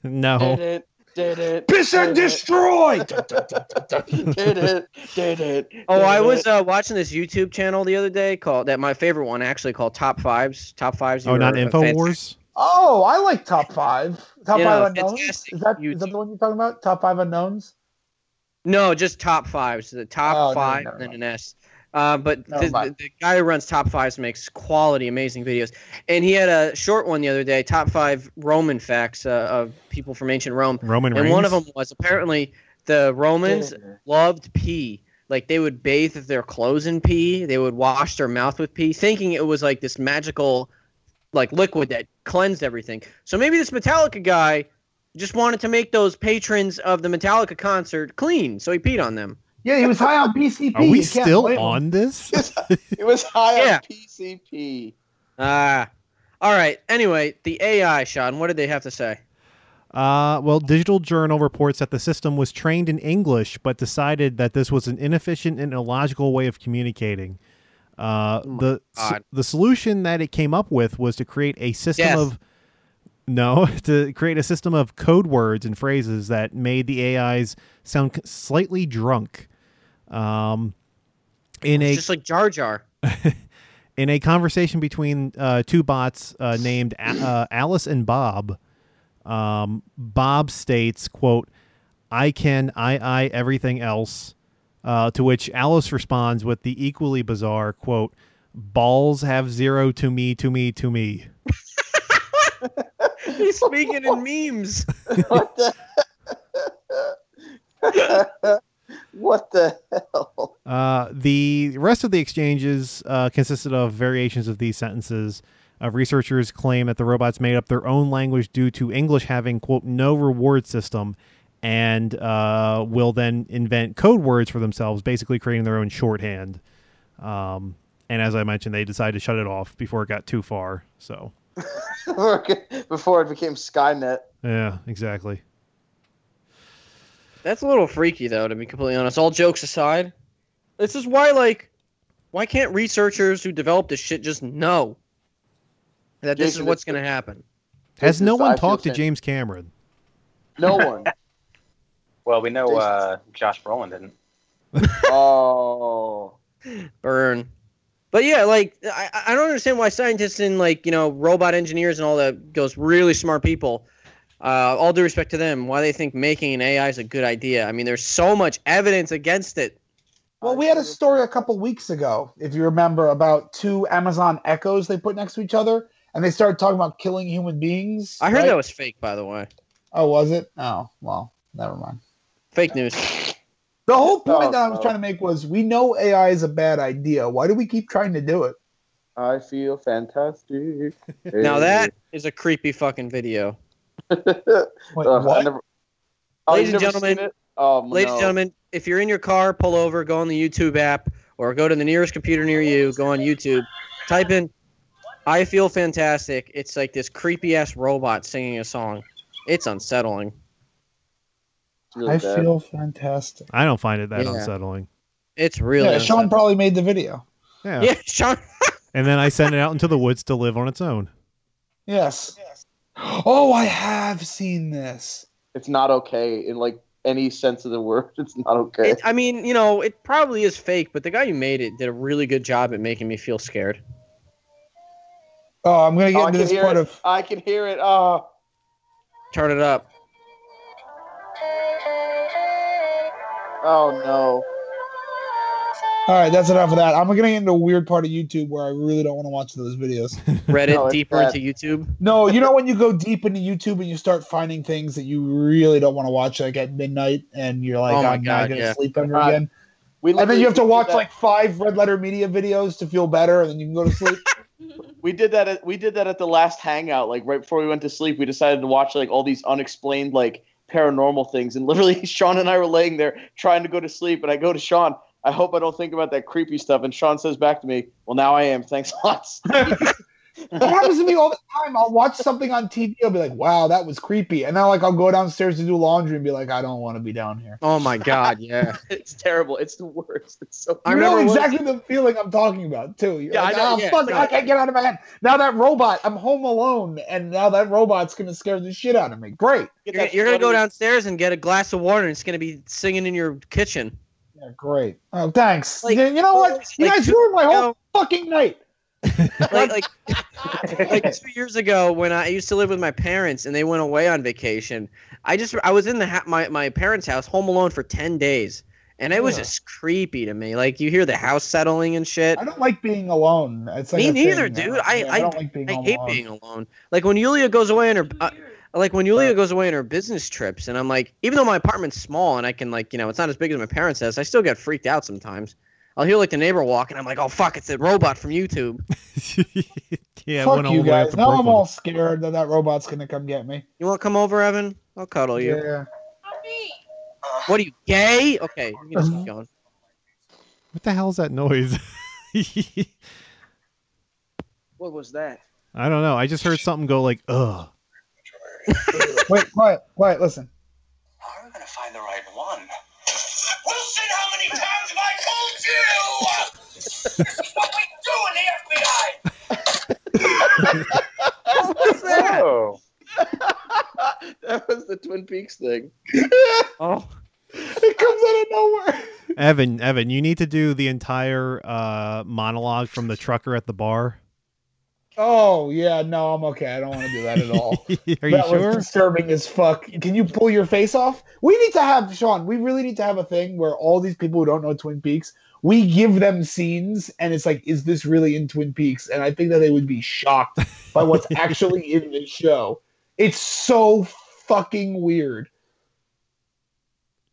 no. it, did it. Piss and destroy. Did it, did it. Oh, I was uh, watching this YouTube channel the other day called that my favorite one actually called Top Fives. Top Fives. Oh, you not were a fan- InfoWars? Oh, I like top five. Top Yeah, five unknowns. Is fantastic. that, You is that do. the one you're talking about? Top five unknowns. No, just top fives. The top Oh, no, five never and then mind. an S. Uh, but Never the, the, mind. the guy who runs top fives makes quality, amazing videos. And he had a short one the other day, top five Roman facts uh, of people from ancient Rome. Roman And Reigns. one of them was apparently the Romans loved pee. Like they would bathe their clothes in pee. They would wash their mouth with pee, thinking it was like this magical, like liquid that cleansed everything. So maybe this Metallica guy just wanted to make those patrons of the Metallica concert clean, so he peed on them. Yeah, he was high on PCP. Are You we can't blame still him. on this? It was high on Yeah. PCP. Ah. All right. Anyway, the AI, Sean. What did they have to say? Uh, well, Digital Journal reports that the system was trained in English, but decided that this was an inefficient and illogical way of communicating. Uh, Oh my the God. the solution that it came up with was to create a system Death. of no to create a system of code words and phrases that made the AIs sound c- slightly drunk. Um, in a It's just like Jar Jar. in a conversation between uh, two bots uh, named A- uh, Alice and Bob, um, Bob states, "quote I can I I everything else," uh, to which Alice responds with the equally bizarre quote, "Balls have zero to me to me to me." He's speaking in memes. what the? what the hell? Uh, the rest of the exchanges uh, consisted of variations of these sentences. Uh, researchers claim that the robots made up their own language due to English having, quote, no reward system and uh, will then invent code words for themselves, basically creating their own shorthand. Um, and as I mentioned, they decided to shut it off before it got too far. So, Before it became Skynet. yeah, exactly. That's a little freaky, though, to be completely honest. All jokes aside, this is why, like, why can't researchers who develop this shit just know that this is Jason, what's it's- going to happen? Has no is- I one feel talked to same. James Cameron? No one. Well, we know uh, Josh Brolin didn't. oh. Burn. But yeah, like, I, I don't understand why scientists and, like, you know, robot engineers and all that, those really smart people, uh, all due respect to them, why they think making an AI is a good idea. I mean, there's so much evidence against it. Well, we had a story a couple weeks ago, if you remember, about two Amazon Echoes they put next to each other, and they started talking about killing human beings. I heard right? that was fake, by the way. Oh, was it? Oh, well, never mind. Fake news. The whole point Oh, that I was no. trying to make was we know AI is a bad idea. Why do we keep trying to do it? I feel fantastic. Now that is a creepy fucking video. Wait, Ugh, Uh, I what? never- Oh, Ladies you've and never gentlemen- seen it? Oh, Ladies no. and gentlemen, if you're in your car, pull over, go on the YouTube app, or go to the nearest computer near you, go on YouTube, type in I Feel Fantastic. It's like this creepy ass robot singing a song. It's unsettling. It's really I bad. feel fantastic. I don't find it that Yeah. unsettling. It's really yeah, Sean probably made the video. Yeah. unsettling. Yeah, Sean And then I sent it out into the woods to live on its own. Yes. Oh, I have seen this. It's not okay in like any sense of the word. It's not okay. it, I mean, you know, it probably is fake, but the guy who made it did a really good job at making me feel scared. Oh, I'm gonna get Oh, I into can this hear part it. of I can hear it. Oh, Turn it up. oh no. All right, that's enough of that. I'm getting into a weird part of YouTube where I really don't want to watch those videos. Reddit No, Oh, it's deeper bad. into YouTube. No, you know when you go deep into YouTube and you start finding things that you really don't want to watch, like at midnight, and you're like, Oh my I'm God, not gonna yeah. sleep ever Uh, again. We And then literally you have to did watch that- like five red letter media videos to feel better, and then you can go to sleep. we did that. At, we did that at the last hangout. Like right before we went to sleep, we decided to watch like all these unexplained like paranormal things. And literally, Sean and I were laying there trying to go to sleep, and I go to Sean. I hope I don't think about that creepy stuff. And Sean says back to me, "Well, now I am. Thanks a lot." that happens to me all the time. I'll watch something on TV, I'll be like, wow, that was creepy. And now like I'll go downstairs to do laundry and be like, I don't want to be down here. Oh my god, yeah. it's terrible. It's the worst. It's so. I you know remember when- exactly the feeling I'm talking about too. You're Yeah, like, I know, oh yeah, fuck, no. I can't get out of my head. Now that robot, I'm home alone, and now that robot's gonna scare the shit out of me. Great. Get You're, that you're gonna go fluttery- downstairs and get a glass of water, and it's gonna be singing in your kitchen. Yeah, great. Oh, thanks. Like- you know what? You like guys two- ruined my whole No. fucking night. Like, like like two years ago when I used to live with my parents and they went away on vacation, I just I was in the ha- my my parents' house home alone for ten days, and it was Ugh. just creepy to me. Like you hear the house settling and shit. I don't like being alone. It's like Me a neither, thing. dude. I- yeah, I- don't like being I alone. hate being alone. Like when Yulia goes away on her uh, like when Yulia goes away on her business trips, and I'm like, even though my apartment's small and I can like you know it's not as big as my parents' house, I still get freaked out sometimes. I'll hear like the neighbor walk, and I'm like, oh fuck, it's that robot from YouTube. yeah, it went Fuck all you the way up guys. to Now I'm Brooklyn. all scared that that robot's gonna come get me. You want to come over, Evan? I'll cuddle you. Yeah. What are you gay? Okay, you can just keep going. What the hell's that noise? What was that? I don't know. I just heard something go like, ugh. Wait, quiet, quiet. Listen. How are we gonna find the right one? Wilson, how many times have I told you? this is what we do in the FBI. Oh. that was the Twin Peaks thing. Oh, It comes out of nowhere. Evan, Evan, you need to do the entire uh, monologue from the trucker at the bar. Oh yeah, no, I'm okay. I don't want to do that at all. Are you that sure? was disturbing as fuck. Can you pull your face off? We need to have Sean. We really need to have a thing where all these people who don't know Twin Peaks, we give them scenes, and it's like, is this really in Twin Peaks? And I think that they would be shocked by what's actually in this show. It's so fucking weird.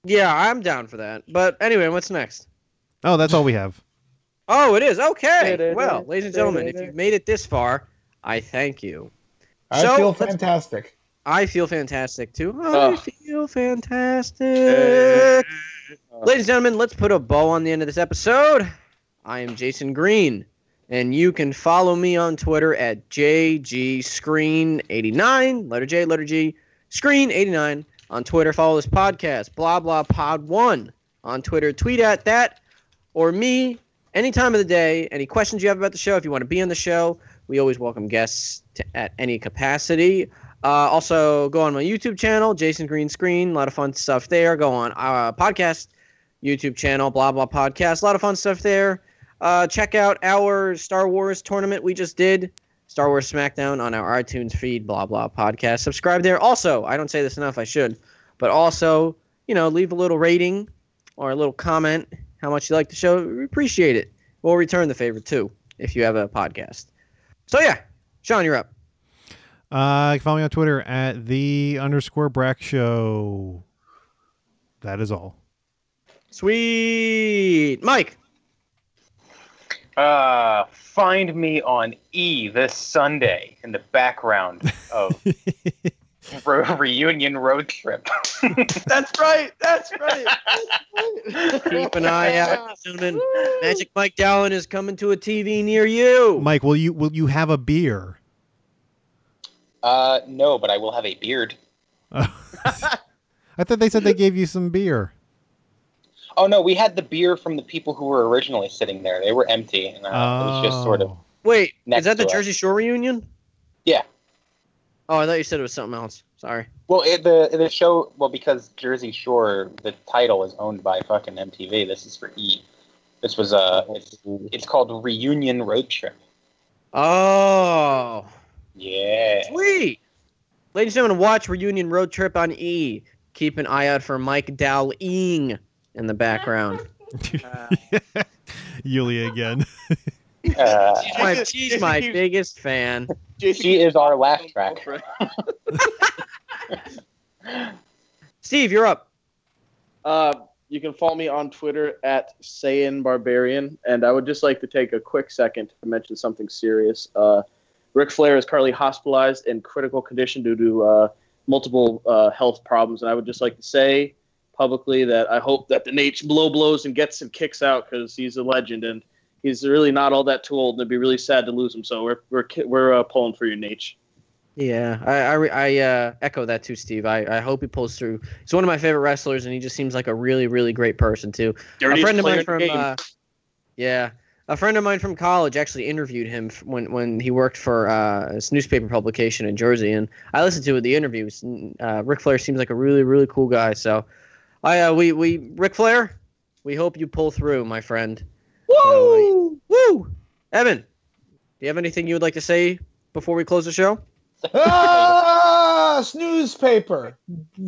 yeah, I'm down for that. But anyway, what's next? Oh, that's all we have. Oh, it is. Okay. Well, ladies and gentlemen, if you've made it this far, I thank you. I So, feel let's- fantastic. I feel fantastic too. I Ugh. feel fantastic. Ladies and gentlemen, let's put a bow on the end of this episode. I am Jason Green, and you can follow me on Twitter at JGScreen89, letter J, letter G, Screen89 on Twitter. Follow this podcast, blah, blah, pod1 on Twitter. Tweet at that or me any time of the day. Any questions you have about the show, if you want to be on the show, we always welcome guests to, at any capacity. Uh, also, go on my YouTube channel, Jason Green Screen. A lot of fun stuff there. Go on our podcast, YouTube channel, blah, blah, podcast. A lot of fun stuff there. Uh, check out our Star Wars tournament we just did, Star Wars SmackDown, on our iTunes feed, blah, blah, podcast. Subscribe there. Also, I don't say this enough, I should, but also, you know, leave a little rating or a little comment how much you like the show. We appreciate it. We'll return the favor too if you have a podcast. So, yeah, Sean, you're up. Uh, you can follow me on Twitter at the underscore Brack Show. That is all. Sweet. Mike. Uh, find me on E this Sunday in the background of Re- Reunion Road Trip. That's right. That's right. That's right. Keep an eye out. gentlemen. Magic Mike Dowling is coming to a TV near you. Mike, will you will you have a beer? Uh, no, but I will have a beard. I thought they said they gave you some beer. Oh no, we had the beer from the people who were originally sitting there. They were empty, and uh, it was just sort of. Oh. Wait, is Next that the to us. Jersey Shore reunion? Yeah. Oh, I thought you said it was something else. Sorry. Well, it, the the show. Well, because Jersey Shore, the title is owned by fucking MTV. This is for E. This was uh, it's, it's called Reunion Road Trip. Oh, Yeah. sweet. Ladies and gentlemen, watch Reunion Road Trip on E. Keep an eye out for Mike Dowling in the background. Oh. Yulia again. Uh, She's my, she's my biggest fan. she is our laugh track. Steve, you're up. Uh, you can follow me on Twitter at Saiyan Barbarian, and I would just like to take a quick second to mention something serious. Uh, Ric Flair is currently hospitalized in critical condition due to uh, multiple uh, health problems, and I would just like to say publicly that I hope that the Nate blow blows and gets some kicks out because he's a legend and he's really not all that too old, and it'd be really sad to lose him. So we're we're ki- we're uh, pulling for you, Nate. Yeah, I I, re- I uh, echo that too, Steve. I, I hope he pulls through. He's one of my favorite wrestlers, and he just seems like a really really great person too. a Dirtiest friend of player mine in the from game. uh, yeah, a friend of mine from college actually interviewed him f- when when he worked for uh, this newspaper publication in Jersey, and I listened to the interviews. and, Uh, Ric Flair seems like a really really cool guy. So, I uh, we we Ric Flair, we hope you pull through, my friend. Woo woo, Evan, do you have anything you would like to say before we close the show? ah, it's newspaper.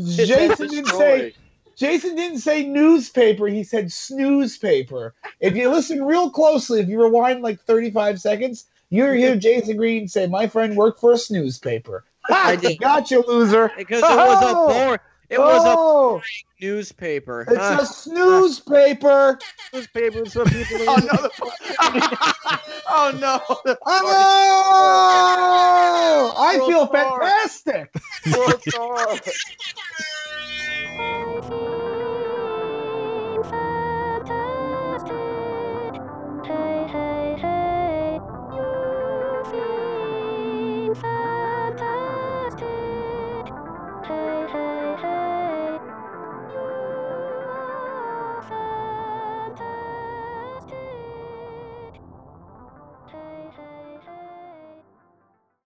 Jason didn't say. Jason didn't say newspaper. He said snooze paper. If you listen real closely, if you rewind like 35 seconds, you hear Jason Green say, "My friend worked for a snooze paper." Ha! I did. Gotcha, loser. Because it was a Oh! bore. It was Oh! a boring newspaper. It's Huh. a snooze paper. newspaper. It's what people. Oh no! oh no! Oh, I feel fantastic.